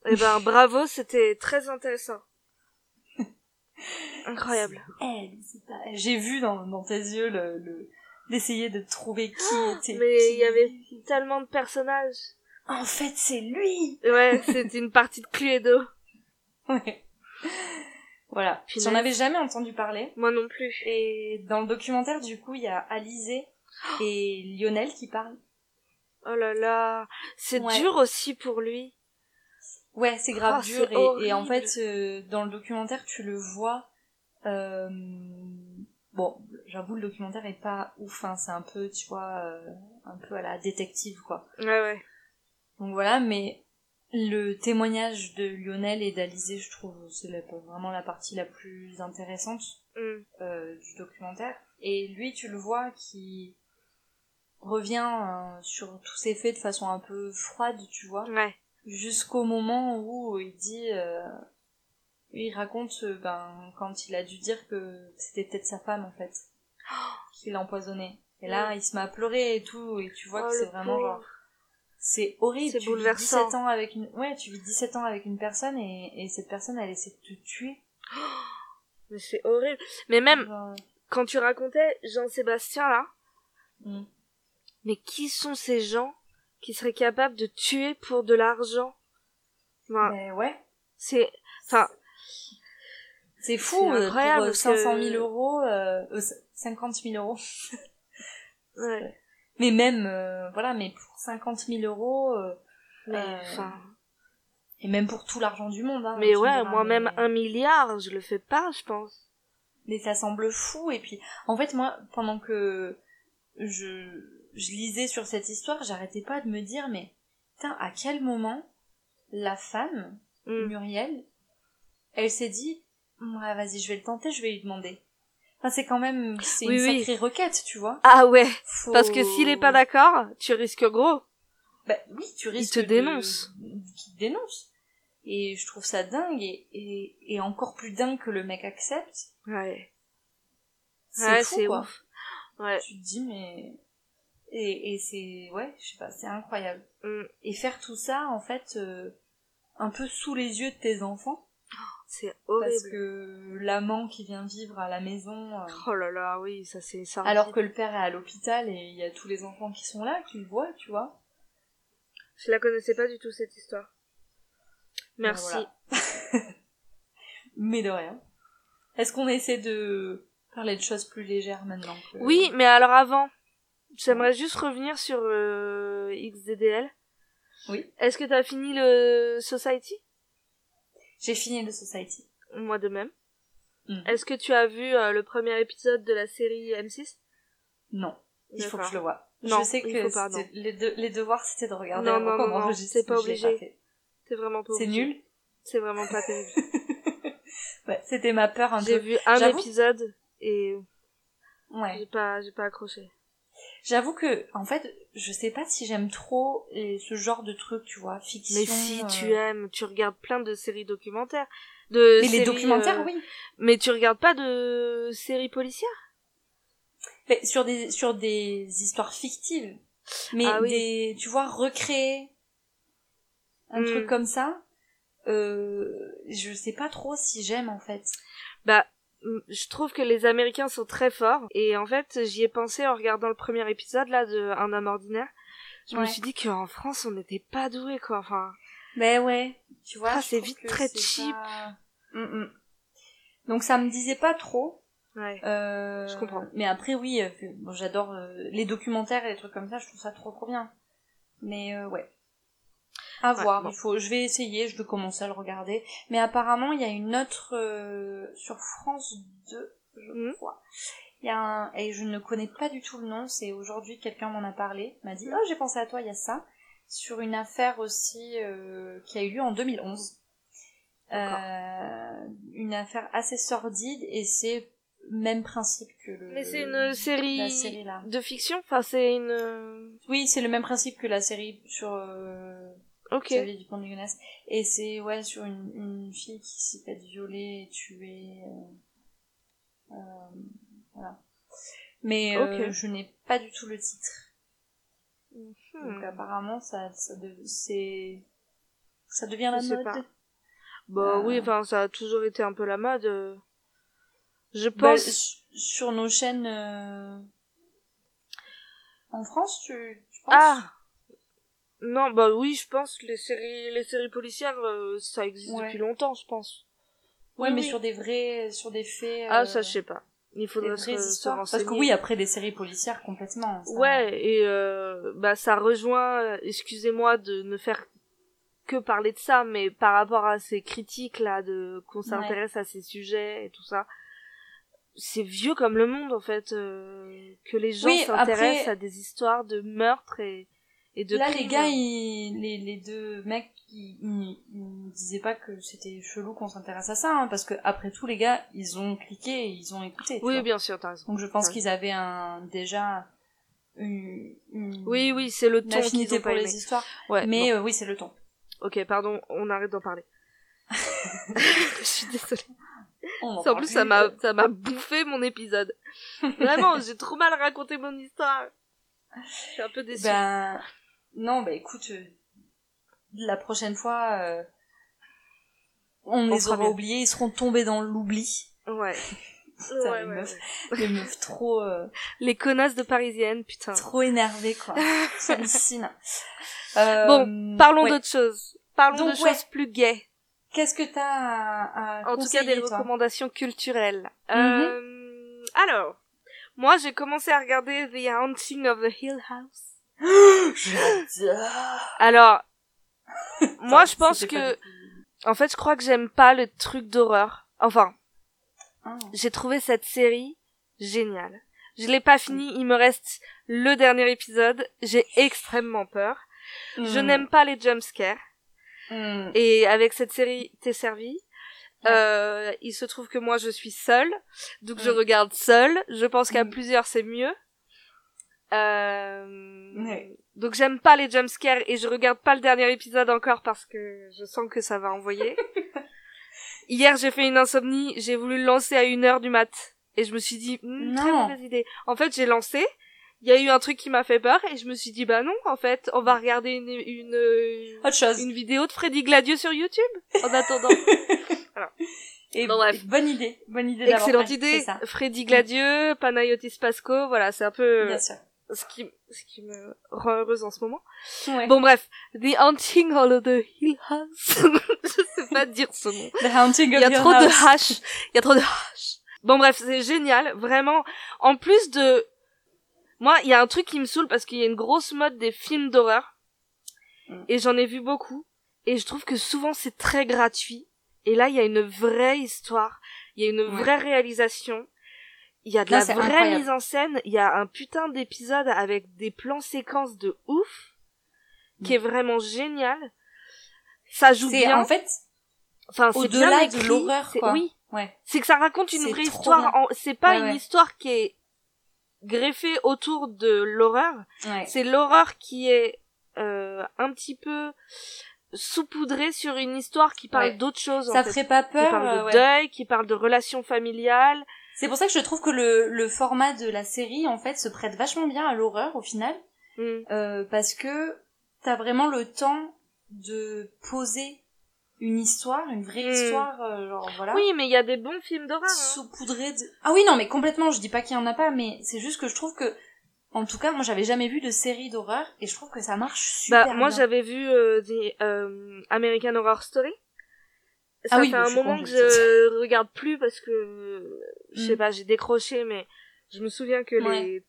Eh ben bravo, c'était très intéressant. Incroyable.
Eh, Elle, c'est pas elle. J'ai vu dans, dans tes yeux le, le- d'essayer de trouver qui était.
Ah, Mais
qui.
il y avait tellement de personnages.
En fait, c'est lui.
Ouais, c'était une partie de Cluedo.
Ouais. Voilà.
Punaise.
J'en avais jamais entendu parler.
Moi non plus.
Et dans le documentaire, du coup, il y a Alizé et Lionel qui parlent.
Oh là là. C'est
Ouais.
dur aussi pour lui.
Ouais, c'est grave
Oh,
dur.
c'est
Et, et en
horrible.
fait, euh, dans le documentaire, tu le vois. euh, bon, j'avoue, le documentaire est pas ouf. hein, c'est un peu, tu vois, euh, un peu à la détective, quoi.
Ouais, ouais.
Donc voilà, mais le témoignage de Lionel et d'Alizé, je trouve, c'est la- vraiment la partie la plus intéressante
Mm.
euh, du documentaire. Et lui, tu le vois, qui revient euh, sur tous ces faits de façon un peu froide, tu vois
Ouais.
jusqu'au moment où il dit euh, il raconte euh, ben quand il a dû dire que c'était peut-être sa femme en fait qui l'a empoisonné et là il se met à pleurer et tout et tu vois
Oh,
que c'est
le
vraiment
pauvre.
genre c'est horrible
C'est
tu
bouleversant.
vis 17 ans avec une ouais tu vis 17 ans avec une personne et, et cette personne elle essaie de te tuer
Mais c'est horrible. Mais même
Genre,
quand tu racontais Jean-Sébastien là, Ah.
mm.
mais qui sont ces gens qui seraient capables de tuer pour de l'argent Ben,
Ben ouais
C'est. Enfin,
c'est
C'est
fou euh,
incroyable,
pour euh,
parce
500
que-
000 euros euh, euh, 50 000 euros
ouais.
mais même euh, voilà mais pour 50 000 euros euh,
Mais,
euh,
enfin,
Et même pour tout l'argent du monde. Hein,
mais
tu me
ouais,
diras,
moi-même
Mais...
un milliard, je le fais pas, je pense.
mais ça semble fou. Et puis, en fait, moi, pendant que je, je lisais sur cette histoire, j'arrêtais pas de me dire, mais putain, à quel moment la femme,
Mm.
Muriel, elle s'est dit, ouais, vas-y, je vais le tenter, je vais lui demander. Enfin, c'est quand même, c'est
Oui,
une
oui.
sacrée requête, tu vois.
Ah ouais,
Faut-
parce que s'il est pas d'accord, tu risques gros.
Bah oui, tu risques.
te
de-
dénonce.
Qui te dénonce. Et je trouve ça dingue et, et, et encore plus dingue que le mec accepte.
Ouais,
C'est
ouais,
fou,
c'est
quoi.
ouf. Ouais,
Tu te dis, mais. Et, et c'est. Ouais, je sais pas, c'est incroyable.
Mm.
Et faire tout ça, en fait, euh, un peu sous les yeux de tes enfants.
c'est
Parce
horrible.
que l'amant qui vient vivre à la maison. euh,
Oh là là, oui, ça c'est ça.
alors que le père est à l'hôpital et il y a tous les enfants qui sont là, qui le voient, tu vois.
Je la connaissais pas du tout cette histoire.
Ben
Merci.
voilà. Mais de rien. Est-ce qu'on essaie de parler de choses plus légères maintenant que...
Oui, mais alors avant, j'aimerais juste revenir sur euh, XDDL.
Oui.
Est-ce que t'as fini le Society
J'ai fini The Society.
Moi de même.
Mhm.
Est-ce que tu as vu euh, le premier épisode de la série M6
Non, il faut que
D'accord.
je le vois.
Non,
je sais
il
que
faut pas,
c'était-
non.
les, deux- les devoirs c'était de regarder
Non,
avant
non,
qu'on
non, non,
enregistre,
c'est pas
mais je l'ai
obligé.
fait.
C'est vraiment pas
C'est
obligé.
nul
C'est vraiment pas terrible.
Ouais, c'était ma peur un
J'ai
peu.
vu un
J'avoue-
épisode et j'ai
Ouais.
pas j'ai pas accroché.
J'avoue que, en fait, je sais pas si j'aime trop les- ce genre de truc, tu vois, fiction.
Mais si
euh,
tu aimes, tu regardes plein de séries documentaires. De
Mais les
séries,
documentaires,
euh,
oui.
Mais tu regardes pas de séries policières
Mais sur des, sur des histoires fictives. Mais
Ah oui.
des, tu vois, recréer un
Hmm.
truc comme ça. Euh, je sais pas trop si j'aime, en fait.
Bah, m- je trouve que les Américains sont très forts. Et en fait, j'y ai pensé en regardant le premier épisode, là, de Un homme ordinaire. Je me
Ouais.
suis dit qu'en France, on n'était pas doués, quoi. Enfin,
Mais ouais, tu vois,
Ah,
je
c'est
trouve
vite
que
très
c'est
cheap.
pas- Mm, mm. Donc ça me disait pas trop.
ouais.
euh,
Je comprends.
Mais après oui, euh, vu- bon, j'adore euh, les documentaires et les trucs comme ça, je trouve ça trop trop bien. Mais euh, ouais. À
Ouais,
voir,
bon.
il faut je vais essayer, je vais commencer à le regarder, mais apparemment, il y a une autre euh, sur France 2, je
Mhm.
crois. Il y a un et je ne connais pas du tout le nom, c'est aujourd'hui quelqu'un m'en a parlé, m'a
Mhm.
dit "Oh, j'ai pensé à toi, il y a ça." sur une affaire aussi euh, qui a eu lieu en 2011. Euh, une affaire assez sordide et c'est même principe que le.
Mais c'est une série,
La série là.
de fiction. Enfin, c'est une. euh,
Oui, c'est le même principe que la série sur euh,
Ok.
Xavier Dupont de Ligonnès. Et c'est ouais sur une, une fille qui s'est fait violer et tuer. euh, euh, voilà. Mais euh,
Ok.
je n'ai pas du tout le titre. Donc euh,
Hmm.
apparemment ça ça, dev- c'est ça devient la
Je sais
mode.
pas. Bah
Euh.
oui, enfin, ça a toujours été un peu la mode. euh, Je
Bah,
pense.
s- sur nos chaînes euh, en France, tu, tu penses
Ah Non, bah oui, je pense que les séries, les séries policières, euh, ça existe
Ouais.
depuis longtemps, je pense.
Ouais,
Oui,
mais
oui.
sur des vrais, sur des faits.
Ah,
euh,
ça, je sais pas. Il
des
faudrait se,
vraies
se
histoires.
renseigner.
Parce que oui, après des séries policières complètement. ça-
Ouais, et euh, bah ça rejoint, excusez-moi de ne faire que parler de ça, mais par rapport à ces critiques là, de qu'on s'intéresse à ces sujets et tout ça, c'est vieux comme le monde en fait, euh, que les gens
Oui,
s'intéressent
après-
à des histoires de meurtres et, et de
Là, les
crimes.
gars, ils- les, les deux mecs, ils, ils- ils disaient pas que c'était chelou qu'on s'intéresse à ça, hein, parce que après tout, les gars, ils ont cliqué, et ils ont écouté. tu
Oui,
vois.
bien sûr, t'as raison.
Donc je pense
Ouais.
qu'ils avaient un déjà une, une-
Oui, oui, c'est le
une
ton qu'ils
affinité
ont
pour
pas aimé.
les histoires.
Ouais,
mais
bon.
euh, oui, c'est le ton.
ok, pardon, on arrête d'en parler. Je suis désolée.
On
En plus, ça m'a, ça m'a bouffé mon épisode. Vraiment, j'ai trop mal raconté mon histoire. Je suis un peu déçue.
Ben non, bah écoute, euh, la prochaine fois, euh, on,
On
les
fera
aura
mieux.
oubliés, ils seront tombés dans l'oubli.
Ouais.
Putain,
Ouais,
les
ouais,
meufs.
ouais.
Les meufs trop, euh,
Les connasses de parisiennes, putain.
trop énervées quoi. Ça hallucine. Euh,
Bon, Parlons
ouais.
d'autre chose. Parlons
Donc,
de
ouais.
choses plus gaies.
Qu'est-ce que t'as à, à
En tout cas,
conseiller,
des
toi Mhm.
recommandations culturelles. Euh, alors, moi, j'ai commencé à regarder The Haunting of the Hill House. Alors, moi, je pense
c'était
que,
pas
en fait, je crois que j'aime pas le truc d'horreur. Enfin,
Ah.
j'ai trouvé cette série géniale. Je l'ai pas fini, il me reste le dernier épisode. J'ai extrêmement peur. Je
Mm.
n'aime pas les jumpscares.
Mm.
Et avec cette série, t'es servi. Euh, il se trouve que moi je suis seule, donc je
Mm.
regarde seule. Je pense qu'à
Mm.
plusieurs c'est mieux. Euh,
Ouais.
Donc j'aime pas les jumpscares et je regarde pas le dernier épisode encore parce que je sens que ça va envoyer. Hier j'ai fait une insomnie, j'ai voulu le lancer à une heure du mat et je me suis dit Hmm, très
Non.
mauvaise idée. En fait j'ai lancé, il y a eu un truc qui m'a fait peur et je me suis dit bah non en fait on va regarder une, une,
Autre chose.
une vidéo de Freddy Gladieux sur YouTube en attendant.
Et,
Bon, bref.
et bonne idée. Bonne idée d'avoir
Excellente
fait
idée.
ça.
Freddy Gladieux, Panayotis Pasco, voilà, c'est un peu
Bien
euh,
sûr.
ce qui, ce qui me rend heureuse en ce moment.
Ouais.
Bon bref, The Haunting of the Hill House. Je sais pas dire ce nom.
The Haunting
Il
of
y a
Hill
trop
House.
de hash. Il y a trop de hash. Bon bref, c'est génial, vraiment. En plus de... Moi, il y a un truc qui me saoule parce qu'il y a une grosse mode des films d'horreur.
Mm.
Et j'en ai vu beaucoup. Et je trouve que souvent c'est très gratuit. Et là, il y a une vraie histoire. Il y a une
Ouais.
vraie réalisation. Il y a de
Là,
la
c'est
vraie
incroyable.
mise en scène. Il y a un putain d'épisode avec des plans séquences de ouf. Qui est vraiment génial. Ça joue
Mm. C'est
bien.
en fait,
enfin, c'est bien
au-delà de
écrit.
l'horreur,
C'est-
quoi.
Oui.
Ouais.
C'est que ça raconte une
C'est
vraie
trop
histoire.
bien.
en- C'est pas
Ouais,
une
ouais.
histoire qui est greffée autour de l'horreur.
Ouais.
C'est l'horreur qui est euh, un petit peu saupoudrée sur une histoire qui parle
Ouais.
d'autre chose. en
Ça
fait.
ferait pas
Qui
peur.
parle de
euh, ouais.
deuil, qui parle de relations familiales.
C'est pour ça que je trouve que le, le format de la série, en fait, se prête vachement bien à l'horreur, au final.
Mm.
Euh, parce que t'as vraiment le temps de poser une histoire, une vraie
Mm.
histoire, euh, genre voilà.
Oui, mais il y a des bons films d'horreur. hein.
Saupoudré de... Ah oui, non, mais complètement, je dis pas qu'il y en a pas, mais c'est juste que je trouve que, en tout cas, moi j'avais jamais vu de série d'horreur, et je trouve que ça marche super
Bah, moi
bien.
j'avais vu euh, des, euh, American Horror Story. Ça
Ah oui,
fait
je
un
suis
moment que
convaincue.
je regarde plus parce que euh, je sais
Mm.
pas, j'ai décroché, mais je me souviens que les
Ouais.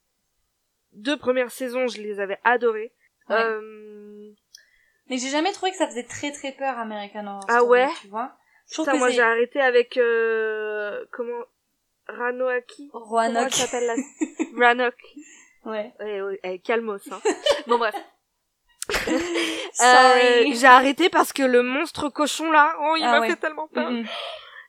deux premières saisons, je les avais adorées.
Ouais.
Euh,
Mais j'ai jamais trouvé que ça faisait très très peur, American Horror
Ah
Story,
ouais
tu vois. Je trouve
Putain,
que
moi
c'est-
j'ai arrêté avec euh, comment Ranoaki. Comment elle
Roanoke.
s'appelle la Ranoc.
Ouais.
Ouais, ouais, eh, calmos. Hein. bon bref. Euh,
Sorry.
j'ai arrêté parce que le monstre cochon là, oh il
Ah
m'a
ouais.
fait tellement peur.
Mm, mm.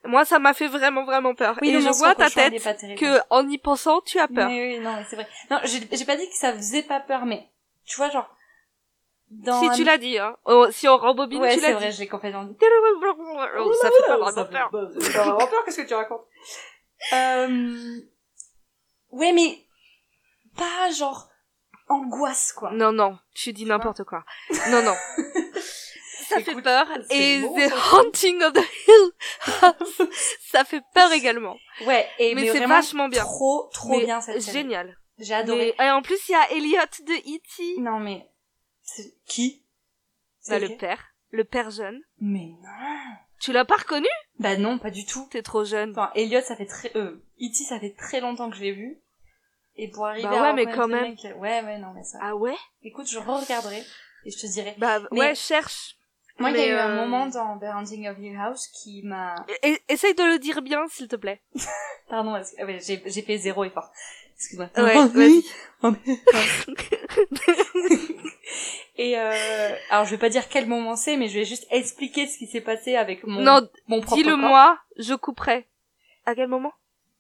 Moi ça m'a fait vraiment vraiment peur.
Oui,
Et
le
je
monstre
vois ta
cochon, il est
tête
pas terrible.
que en y pensant tu as peur.
Mais oui, non, mais c'est vrai. Non, j'ai j'ai pas dit que ça faisait pas peur, mais tu vois, genre. Dans
Si
un-
tu l'as dit, hein. Oh, si on rembobine,
Ouais,
tu
c'est
l'as dit.
vrai, j'ai complètement dit.
Oh, ça fait pas vraiment peur.
T'as vraiment peur, qu'est-ce que tu racontes euh... Ouais, mais. Pas genre. Angoisse, quoi.
Non, non, tu dis n'importe quoi. Non, non. ça fait
Écoute,
peur.
c'est
Et
bon,
The
ça.
Haunting of the Hill House, ça fait peur également.
Ouais, et
Mais
mais,
c'est
vraiment
vachement bien.
Trop, trop
Mais
bien cette série.
Génial.
J'ai adoré.
Mais- Et en plus, il y a Elliot de E E.T.
Non mais c'est- qui
Bah,
C'est
le
lequel
père. Le père jeune.
Mais non.
Tu l'as pas reconnu
Bah non, pas du tout.
T'es trop jeune.
Enfin, Elliot, ça fait très, euh, E.T., ça fait très longtemps que je l'ai vu. Et pour arriver
Bah
à
ouais,
reconnaître
mais quand
le
même.
mec, euh, ouais, ouais, non, mais ça.
Ah ouais
Écoute, je re-regarderai et je te dirai.
Bah
Mais-
ouais, cherche.
Moi, il y a
Mais,
eu un
euh,
moment dans The Hunting of Hill House qui m'a
E- Essaye de le dire bien, s'il te plaît.
Pardon, est-ce que- ah ouais, j'ai j'ai fait zéro effort. Excuse-moi.
Ouais,
Ah
vas-y.
Ah oui. Et euh, alors, je vais pas dire quel moment c'est, mais je vais juste expliquer ce qui s'est passé avec mon,
non,
mon propre corps.
dis-le-moi, je couperai. À quel moment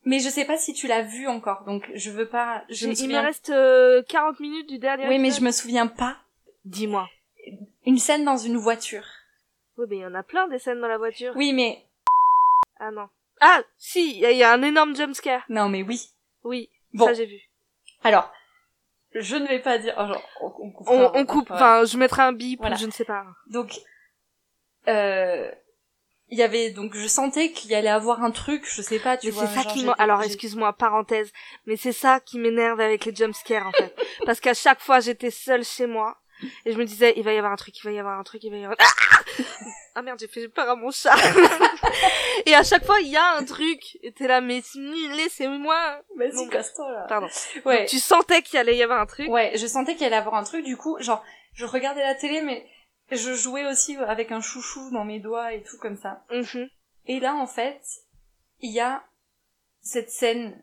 Mais je sais pas si tu l'as vu encore, donc je veux pas. Je
J'ai-
me
Il me
souviens.
reste euh, 40 minutes du dernier
Oui, mais je
épisode.
me souviens pas.
Dis-moi.
Une scène dans une voiture.
Oui, mais il y en a plein des scènes dans la voiture.
Oui, mais
Ah non. Ah, si, il y, a- il y a un énorme jumpscare.
non, mais oui.
Oui,
Bon,
ça j'ai vu.
alors, je ne vais pas dire. oh, genre, on, on coupe.
On, on coupe,
Ouais.
enfin, je mettrai un bip,
Voilà.
je ne sais pas.
Donc, euh, il y avait donc je sentais qu'il y allait avoir un truc, je sais pas, tu
Mais
vois.
c'est ça
genre,
qui
j'étais-
m'en- Alors,
j'ai-
excuse-moi, parenthèse, mais c'est ça qui m'énerve avec les jumpscares, en fait. Parce qu'à chaque fois, j'étais seule chez moi, et je me disais, il va y avoir un truc, il va y avoir un truc, il va y avoir... Ah Ah merde, j'ai fait peur à mon chat Et à chaque fois, il y a un truc, et t'es là, mais c'est nul, laissez-moi
Vas-y,
Bon,
casse-toi là.
Pardon.
Ouais,
Tu sentais qu'il allait y avoir un truc
ouais, je sentais qu'il allait avoir un truc. Du coup, genre, je regardais la télé, mais je jouais aussi avec un chouchou dans mes doigts et tout comme ça.
Mhm.
Et là, en fait, il y a cette scène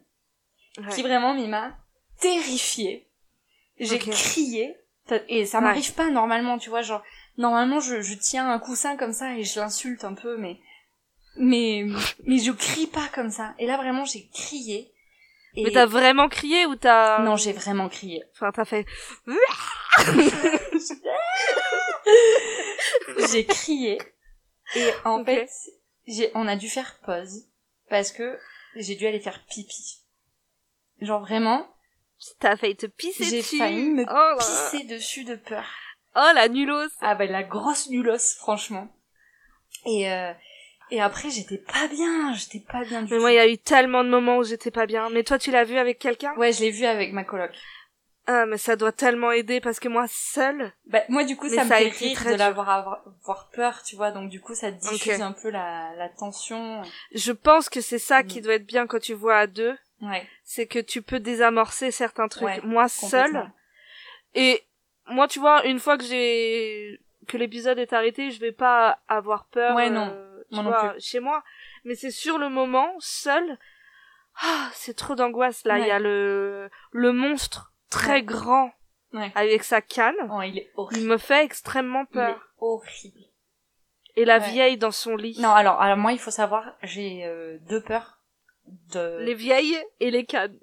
Ouais.
qui vraiment mais, m'a terrifiée. J'ai
Ok.
crié et ça
Ouais.
m'arrive pas normalement, tu vois, genre normalement je, je tiens un coussin comme ça et je l'insulte un peu mais mais mais je crie pas comme ça. Et là vraiment j'ai crié. Et
Mais t'as vraiment crié ou t'as...
non, j'ai vraiment crié.
Enfin, t'as fait...
J'ai crié. Et en
Ok.
fait, j'ai on a dû faire pause parce que j'ai dû aller faire pipi. Genre vraiment
T'as failli te pisser
J'ai
dessus.
failli me
oh, là-
pisser dessus de peur.
Oh la nulos.
Ah bah la grosse nulos, franchement. Et euh, et après j'étais pas bien, j'étais pas bien du
Mais
tout.
moi, il y a eu tellement de moments où j'étais pas bien. Mais toi, tu l'as vu avec quelqu'un
Ouais, je l'ai vu avec ma coloc.
Ah, mais ça doit tellement aider parce que moi, seule.
Bah moi du coup
Mais
ça me
ça a
fait
été
rire
très
de
dur.
l'avoir avoir avoir peur, tu vois. Donc du coup ça diffuse
Ok.
un peu la la tension.
Je pense que c'est ça qui
Mm.
doit être bien quand tu vois à deux.
Ouais.
C'est que tu peux désamorcer certains trucs.
Ouais,
moi,
complètement.
seule. Et moi, tu vois, une fois que j'ai. que l'épisode est arrêté, je vais pas avoir peur.
Ouais, non.
euh, tu
Moi non
vois, chez moi. Mais c'est sur le moment, seule. Ah, c'est trop d'angoisse là. Il y a le. le monstre très
Ouais.
grand
Ouais.
avec sa canne.
Oh, il est
Il
horrible.
me fait extrêmement
Il est
peur.
horrible.
Et la
Ouais.
vieille dans son lit.
Non, alors alors moi il faut savoir, j'ai euh, deux peurs de
Les vieilles et les cannes.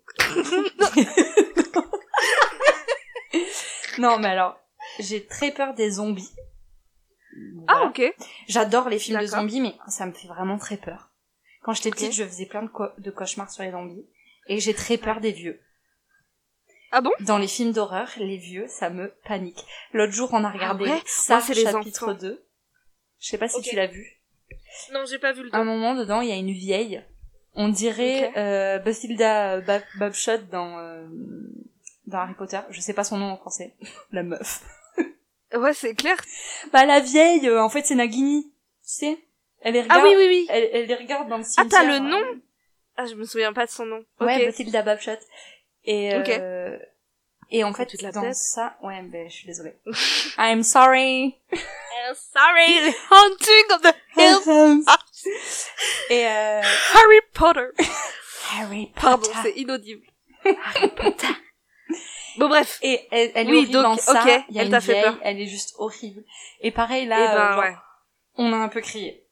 Non, mais alors j'ai très peur des zombies.
Ah,
Voilà.
ok.
J'adore les films de
D'accord.
zombies, mais ça me fait vraiment très peur. Quand j'étais
Ok.
petite, je faisais plein de, co- de cauchemars sur les zombies. Et j'ai très peur des vieux.
Ah bon
Dans les films d'horreur, les vieux, ça me panique. L'autre jour, on a regardé
Ah ouais
ça,
Moi, c'est les
chapitre
enfants.
2. Je sais pas si
Ok.
tu l'as vu.
Non, j'ai pas vu le
À un
don.
moment, dedans, il y a une vieille. On dirait
Ok.
euh, Bathilda Bab- Babshot dans, euh, dans Harry Potter. Je sais pas son nom en français. la meuf.
Ouais, c'est clair.
Bah, la vieille, euh, en fait, c'est Nagini. Tu sais Elle est
Ah oui, oui, oui.
Elle, elle les regarde dans le
Ah,
cimetière.
t'as le
euh,
nom Ah, je me souviens pas de son nom. Ok.
Ouais, Bathilda Babshot. Et, euh, et en fait,
toute la
dans
tête.
ça... Ouais, ben, je suis désolée. I'm sorry.
Eh, sorry, the haunting of the hill.
et euh,
Harry Potter.
Harry Potter.
Pardon, c'est inaudible. Harry Potter. Bon, bref.
Et elle, elle est
Oui,
horrible
donc,
dans ça.
ok,
Il y a
elle
une
t'a fait
vieille,
peur.
Elle est juste horrible. Et pareil,
eh
là,
ben,
euh, genre,
ouais.
on a un peu crié.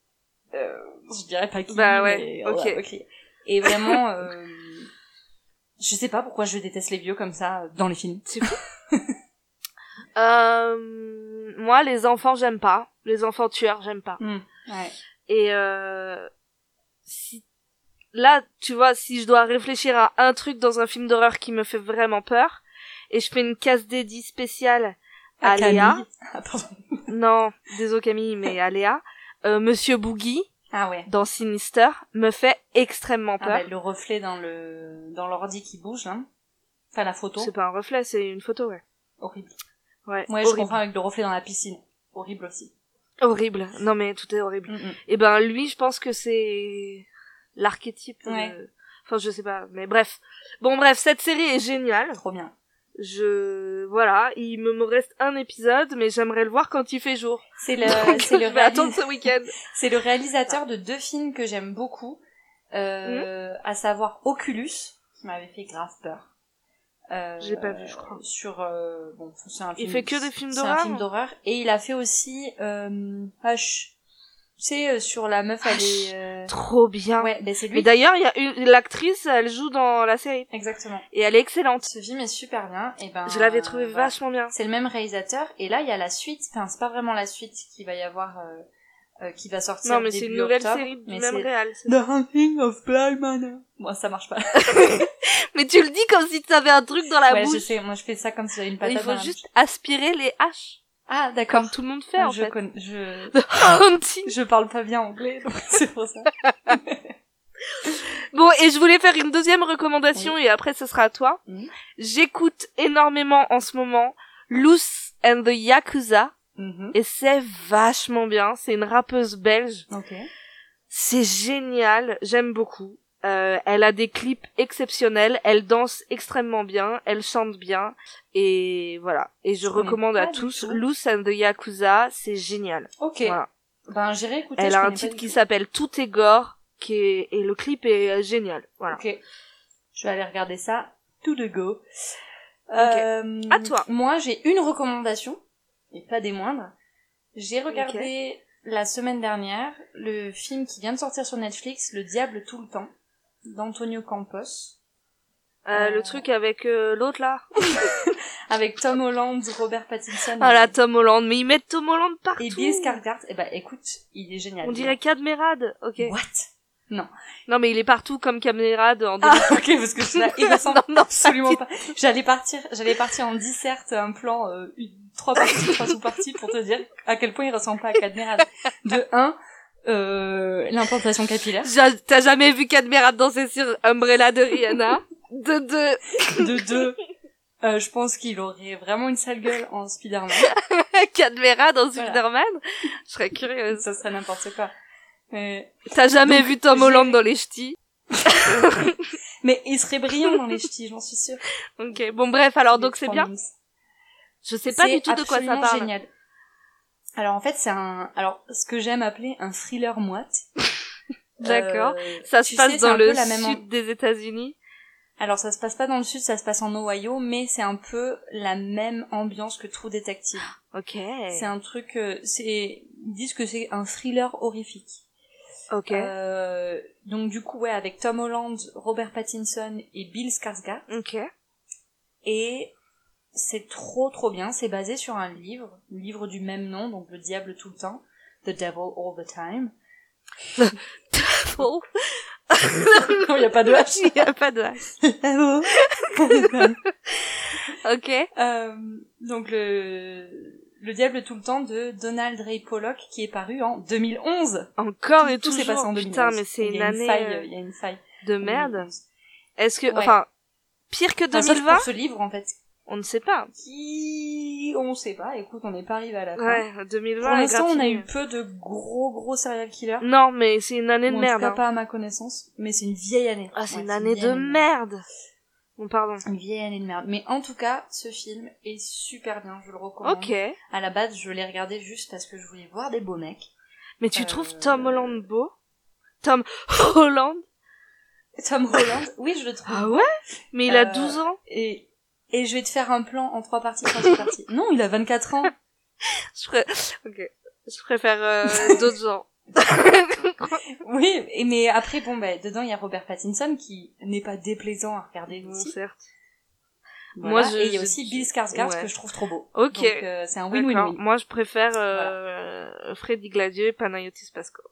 Euh, je dirais pas qui,
Bah ouais,
mais on
ok.
a un peu crié. Et vraiment... euh, Je sais pas pourquoi je déteste les vieux comme ça euh, dans les films.
Euh, moi, les enfants, j'aime pas. Les enfants tueurs, j'aime pas.
Ouais.
Et euh, si là, tu vois, si je dois réfléchir à un truc dans un film d'horreur qui me fait vraiment peur, et je fais une case dédiée spéciale
à
Aléa.
Camille. Ah, pardon.
Non, désolé Camille, mais à Léa. Euh, Monsieur Boogie,
Ah ouais.
dans Sinister, me fait extrêmement
Ah
peur.
bah, le reflet dans le dans l'ordi qui bouge là. Enfin la photo.
c'est pas un reflet, c'est une photo, ouais.
Horrible.
Ouais,
Ouais, je
horrible.
comprends avec le reflet dans la piscine. Horrible aussi.
Horrible. Non, mais tout est horrible.
Mm, mm.
Et ben, lui, je pense que c'est l'archétype. de-
Ouais.
Enfin, je sais pas, mais bref. Bon, bref, cette série est géniale.
Trop bien.
Je. Voilà, il me me reste un épisode, mais j'aimerais le voir quand il fait jour.
C'est le
Donc,
c'est le
je vais attendre
réalis-
ce week-end.
c'est le réalisateur de deux films que j'aime beaucoup, euh, à savoir Oculus qui m'avait fait grave peur. Euh,
J'ai pas vu, je crois.
Sur euh, bon, c'est un film-
Il fait que des films
C'est
d'horreur
un film d'horreur et il a fait aussi euh, Hush. Tu sais euh, sur la meuf elle
Hush.
est euh,
Trop bien.
ouais, ben c'est lui.
Mais d'ailleurs, il y a une l'actrice, elle joue dans la série
Exactement.
et elle est excellente.
Ce film est super bien et ben
Je l'avais trouvé
voilà.
vachement bien.
C'est le même réalisateur et là il y a la suite. Enfin c'est pas vraiment la suite qui va y avoir euh, euh, qui va sortir.
Non, mais c'est une
début
nouvelle
octobre,
série du
mais
même
c'est-
réal. c'est-
The Hunting of Bly Manor. Bon ça marche pas.
Mais tu le dis comme si tu avais un truc dans la
ouais je
bouche.
sais. Moi je fais ça comme si j'avais une patate.
Il
dans
faut
la
juste aspirer les H,
bouche. Ah d'accord.
comme tout le monde fait en
je
fait.
connais. Je
The Haunting.
je parle pas bien anglais donc c'est pour ça.
Bon, et je voulais faire une deuxième recommandation et après ce sera à toi.
Mhm.
J'écoute énormément en ce moment Loose and the Yakuza
Mhm.
et c'est vachement bien. C'est une rappeuse belge.
Ok.
C'est génial, j'aime beaucoup. Euh, elle a des clips exceptionnels, elle danse extrêmement bien, elle chante bien, et voilà. Et je
Je connais
recommande à
pas du
tous
tout.
Loose and the Yakuza, c'est génial.
Ok.
Voilà.
Ben j'irai écouter.
Elle
je
a un
connais pas
titre
du
qui
tout.
s'appelle Tout est gore, qui est... et le clip est euh, génial. Voilà.
Ok. Je vais aller regarder ça tout de go. Euh,
À toi.
Moi, j'ai une recommandation, et pas des moindres. J'ai regardé la semaine dernière le film qui vient de sortir sur Netflix, Le Diable tout le temps, d'Antonio Campos,
Euh,
Euh,
Le truc avec euh, l'autre là.
avec Tom
Oh.
Holland, Robert Pattinson
Ah là,
et-
Tom Holland, mais ils mettent Tom Holland partout.
et Bill Skarsgård. Eh ben, écoute, il est génial.
On dirait Cadmerade, ok.
What
Non mais il est partout comme Cadmerade en
Ah, ok, parce que je il ressemble
Non, non,
absolument pas. J'allais partir, j'allais partir en disserte un plan, euh, une- trois parties, trois sous-parties pour te dire à quel point il ressemble pas à Cadmeral. De un, euh, l'implantation capillaire.
J'a- T'as jamais vu Cadmerade danser sur Umbrella de Rihanna De deux.
De deux, euh, je pense qu'il aurait vraiment une sale gueule en Spider-Man.
Cadmerade dans
Voilà.
Spider-Man Je serais curieuse.
Ça serait n'importe quoi. Mais,
T'as jamais vu Tom
j'ai-
Holland dans les ch'tis
mais il serait brillant dans les ch'tis, j'en suis sûre.
Ok, bon bref, alors donc c'est bien. Je sais pas
C'est
du tout de quoi ça
absolument
parle.
Génial. Alors en fait c'est un alors ce que j'aime appeler un thriller moite.
D'accord.
Euh,
Ça se
tu
passe
sais, c'est
dans
un peu
le
la même
sud des États-Unis.
Alors ça se passe pas dans le sud, ça se passe en Ohio, mais c'est un peu la même ambiance que True Detective.
Ok.
C'est un truc, euh, c'est ils disent que c'est un thriller horrifique.
Ok.
Euh, donc du coup ouais, avec Tom Holland, Robert Pattinson et Bill Skarsgård,
Ok.
et c'est trop trop bien. C'est basé sur un livre, le livre du même nom, donc Le Diable tout le temps, The Devil All the Time.
Oh,
non, y a pas de H.
il y a pas de H. Ok.
Euh, donc le le diable tout le temps de Donald Ray Pollock qui est paru en 2011.
Encore et
tout
toujours.
s'est passé en 2011.
Putain, mais c'est
Il y
une
a
année
faille,
euh,
il y a une faille.
de merde.
2011.
Est-ce que,
Ouais.
enfin, pire que
Enfin, sauf
2020
pour ce livre en fait
On ne sait pas.
qui on sait pas. Écoute, on n'est pas arrivé à la fin.
Ouais, 2020.
Pour
est
l'instant, on a
gratuit.
eu peu de gros gros serial killers.
Non, mais c'est une année
Ou
de
en
merde.
tout cas
hein.
pas à ma connaissance, mais c'est une vieille année.
Ah, c'est
Ouais,
une année
vieille
de merde. Bon, pardon.
Une vieille année de merde. Mais en tout cas, ce film est super bien, je le recommande.
Ok.
À la base, je l'ai regardé juste parce que je voulais voir des beaux mecs.
Mais tu
Euh,
trouves Tom Holland beau Tom Holland
Tom Holland, oui, je le trouve.
Ah ouais Mais il a
Euh,
12 ans.
Et, et je vais te faire un plan en trois parties, trois sous parties. Non, il a 24 ans.
Je, pré- ok. Je préfère euh, d'autres gens.
Oui, et- mais après, bon, bah, dedans, il y a Robert Pattinson qui n'est pas déplaisant à regarder
Bon,
aussi.
certes.
Voilà.
moi, je-
et il y a
je-
aussi Bill Skarsgård
ouais.
que je trouve trop beau.
Ok.
Donc, euh, c'est un
D'accord.
win-win-win.
Moi, je préfère euh, Freddy Gladieux et Panayotis Pasco.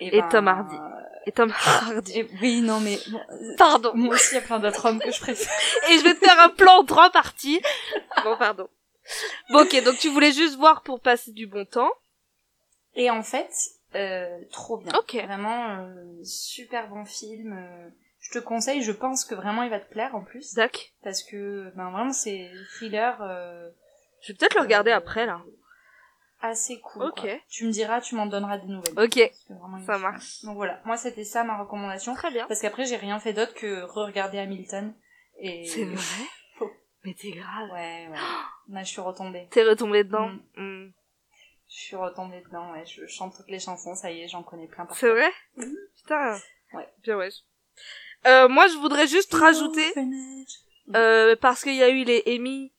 Et Tom Hardy. Et Tom Hardy.
Eh ben, euh, et- oui, non, mais bon, euh,
Pardon.
moi aussi, il y a plein d'autres hommes que je préfère.
Et je vais te faire un plan en trois parties. Bon, pardon. Bon, ok, donc tu voulais juste voir pour passer du bon temps.
Et en fait, euh, trop bien.
Ok.
Vraiment, euh, super bon film. euh, je te conseille, je pense que vraiment il va te plaire en plus.
Zach,
Parce que, ben vraiment, c'est thriller euh,
je vais peut-être le regarder après, là.
assez cool.
Ok.
quoi. Tu me diras, tu m'en donneras des nouvelles.
Ok,
Parce que vraiment, il-
ça marche.
Donc voilà, moi c'était ça ma recommandation.
Très bien.
Parce qu'après, j'ai rien fait d'autre que re-regarder Hamilton. Et...
C'est vrai Mais t'es grave.
Ouais, ouais. Là, je suis retombée.
T'es retombé dedans.
Mm.
Mm.
Je suis retombée dedans, ouais. Je chante toutes les chansons, ça y est, j'en connais plein par
C'est vrai
Mhm.
Putain.
Ouais.
Bien ouais. Euh, moi, je voudrais juste
cœur.
rajouter, euh, parce qu'il y a eu les Emmy,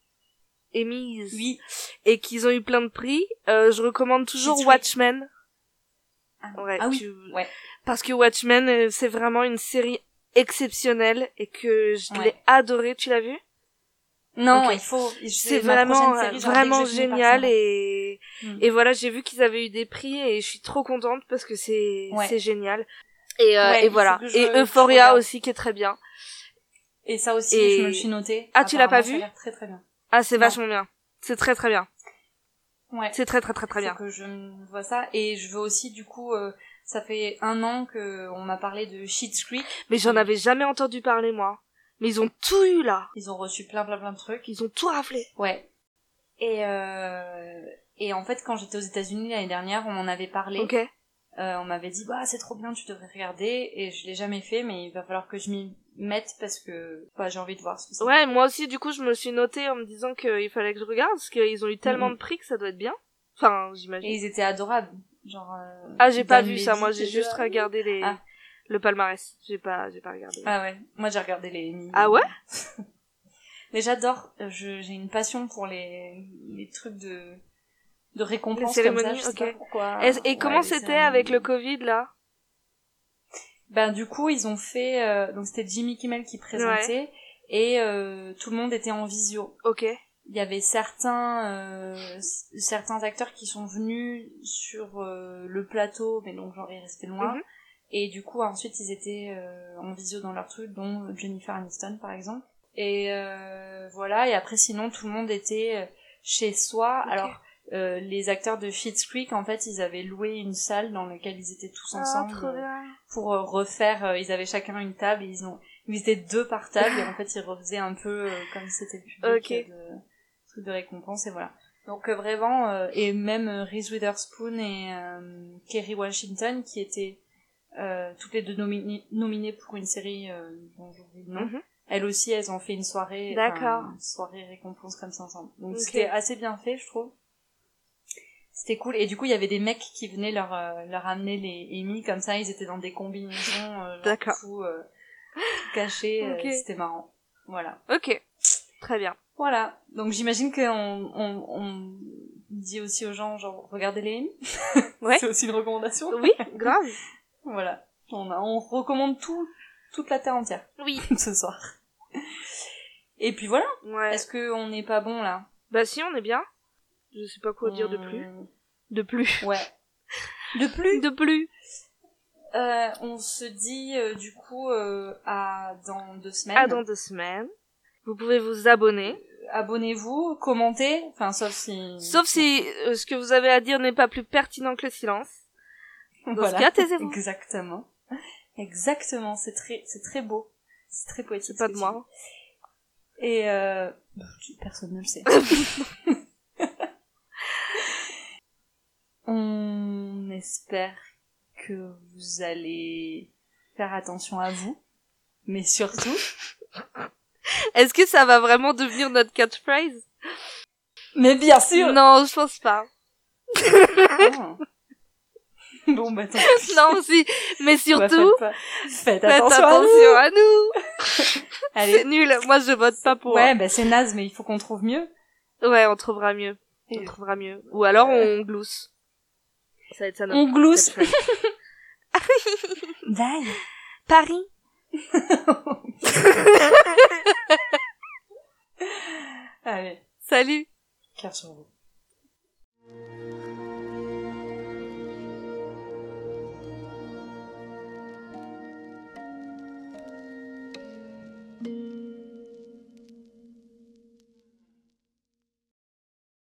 Emmys,
Oui.
et qu'ils ont eu plein de prix, euh, je recommande toujours
J'ai trouvé.
Watchmen.
Ah,
Ouais,
ah oui.
tu-
ouais.
Parce que Watchmen, euh, c'est vraiment une série exceptionnelle et que je
Ouais.
l'ai adorée. Tu l'as vue
Non,
Ok.
il faut. je-
C'est
ma prochaine
vraiment euh,
série, j'en ai
vraiment
que je hein. finis par
génial
ça.
et
Mm.
et voilà j'ai vu qu'ils avaient eu des prix et je suis trop contente parce que c'est
Ouais.
c'est génial et euh,
Ouais,
et
il faut
voilà
que je-
et
que je
Euphoria
regarde.
aussi qui est très bien
Et ça aussi,
Et-
je me le suis noté.
Ah, tu l'as pas vu
Très très bien.
ah c'est
Non.
vachement bien c'est très très bien
Ouais.
c'est très très très très
Faut
bien
que je me vois ça. Et je veux aussi, du coup, euh, ça fait un an que on m'a parlé de Sheets Creek.
mais j'en avais jamais entendu parler moi mais ils ont tout eu là
Ils ont reçu plein plein plein de trucs.
ils ont tout raflé
Ouais. Et euh, et en fait, quand j'étais aux États-Unis l'année dernière, on m'en avait parlé.
ok
Euh, on m'avait dit bah c'est trop bien, tu devrais regarder. Et je l'ai jamais fait, mais il va falloir que je m'y mette parce que bah, j'ai envie de voir ce que c'est.
ouais moi aussi du coup je me suis notée en me disant qu'il fallait que je regarde parce qu'ils ont eu tellement
Mhm.
de prix que ça doit être bien enfin j'imagine
Et ils étaient adorables. Genre. euh,
ah j'ai pas
Dan
vu ça
Levy,
moi j'ai
c'était
juste regardé les
Ah.
le palmarès j'ai pas j'ai pas regardé
Ah ouais, moi j'ai regardé les Emmy.
Ah ouais
Mais j'adore, euh, je- j'ai une passion pour les, les trucs de, de récompense
Les
comme ça,
cérémonies,
je sais
ok.
pas pourquoi.
Et, et
Ouais,
comment
les
c'était
cérémonies.
avec le Covid là
Ben du coup, ils ont fait... euh, donc c'était Jimmy Kimmel qui présentait, et euh, tout le monde était en visio.
Ok.
Il y avait certains, euh, c- certains acteurs qui sont venus sur euh, le plateau, mais donc genre ils restaient loin.
Mhm.
Et du coup, ensuite, ils étaient euh, en visio dans leur truc, dont Jennifer Aniston, par exemple. Et euh, voilà, et après, sinon, tout le monde était euh, chez soi.
Ok.
Alors, euh, les acteurs de Schitt's Creek, en fait, ils avaient loué une salle dans laquelle ils étaient tous ensemble
Ah, trop
euh,
bien.
pour euh, refaire... euh, ils avaient chacun une table, et ils ont... Ils étaient deux par table, et en fait, ils refaisaient un peu euh, comme si c'était le public
Ok.
euh, de truc de récompense, et voilà. Donc, euh, vraiment... euh, et même euh, Reese Witherspoon et euh, Kerry Washington, qui étaient euh, toutes les deux nomini- nominées pour une série euh, dont j'oublie le nom.
Mhm.
Elles aussi, elles ont fait une soirée, enfin,
D'accord.
une soirée récompense comme ça ensemble. Donc
Ok.
c'était assez bien fait, je trouve. C'était cool. Et du coup, il y avait des mecs qui venaient leur euh, leur amener les Emmy comme ça. Ils étaient dans des combinaisons, euh, genre
D'accord.
tout, euh, tout caché. euh,
Ok.
c'était marrant. Voilà.
Ok. Très bien.
Voilà. Donc j'imagine qu'on on, on dit aussi aux gens genre regardez les Emmy.
Ouais.
C'est aussi une recommandation.
Oui, grave.
Voilà. On, a- on recommande tout, toute la terre entière
Oui.
ce soir. Et puis voilà.
Ouais.
Est-ce que on n'est pas bon là
Bah si, on est bien. Je sais pas quoi dire de plus.
On-
De plus.
Ouais. De plus.
De plus.
Euh, on se dit euh, du coup euh, à dans deux semaines.
À dans deux semaines. Vous pouvez vous abonner.
Abonnez-vous, commentez. Enfin, sauf si.
Sauf si euh, ce que vous avez à dire n'est pas plus pertinent que le silence. Dans
Voilà.
ce cas, taisez-vous.
Exactement. Exactement. C'est très, c'est très beau. C'est très poétique.
C'est pas
ce
de
que
moi.
tu dis. Et euh... personne ne le sait. On espère que vous allez faire attention à vous, mais surtout.
Est-ce que ça va vraiment devenir notre catchphrase
mais bien sûr.
Non, je pense pas.
Ah. bon bah tant pis.
non, si.
On
Mais
va
surtout,
faire pas- Bah, Faites
faites
attention. hein. à vous.
attention à nous.
Allez.
C'est nul. Moi, je vote pas pour.
Ouais, bah c'est naze, mais il faut qu'on trouve mieux.
Ouais, on trouvera mieux. On
Et-
trouvera mieux. Ou alors on glousse. Ça va être ça notre
On glousse.
catchphrase.
Bye.
Paris.
Allez,
Salut.
cœur sur vous.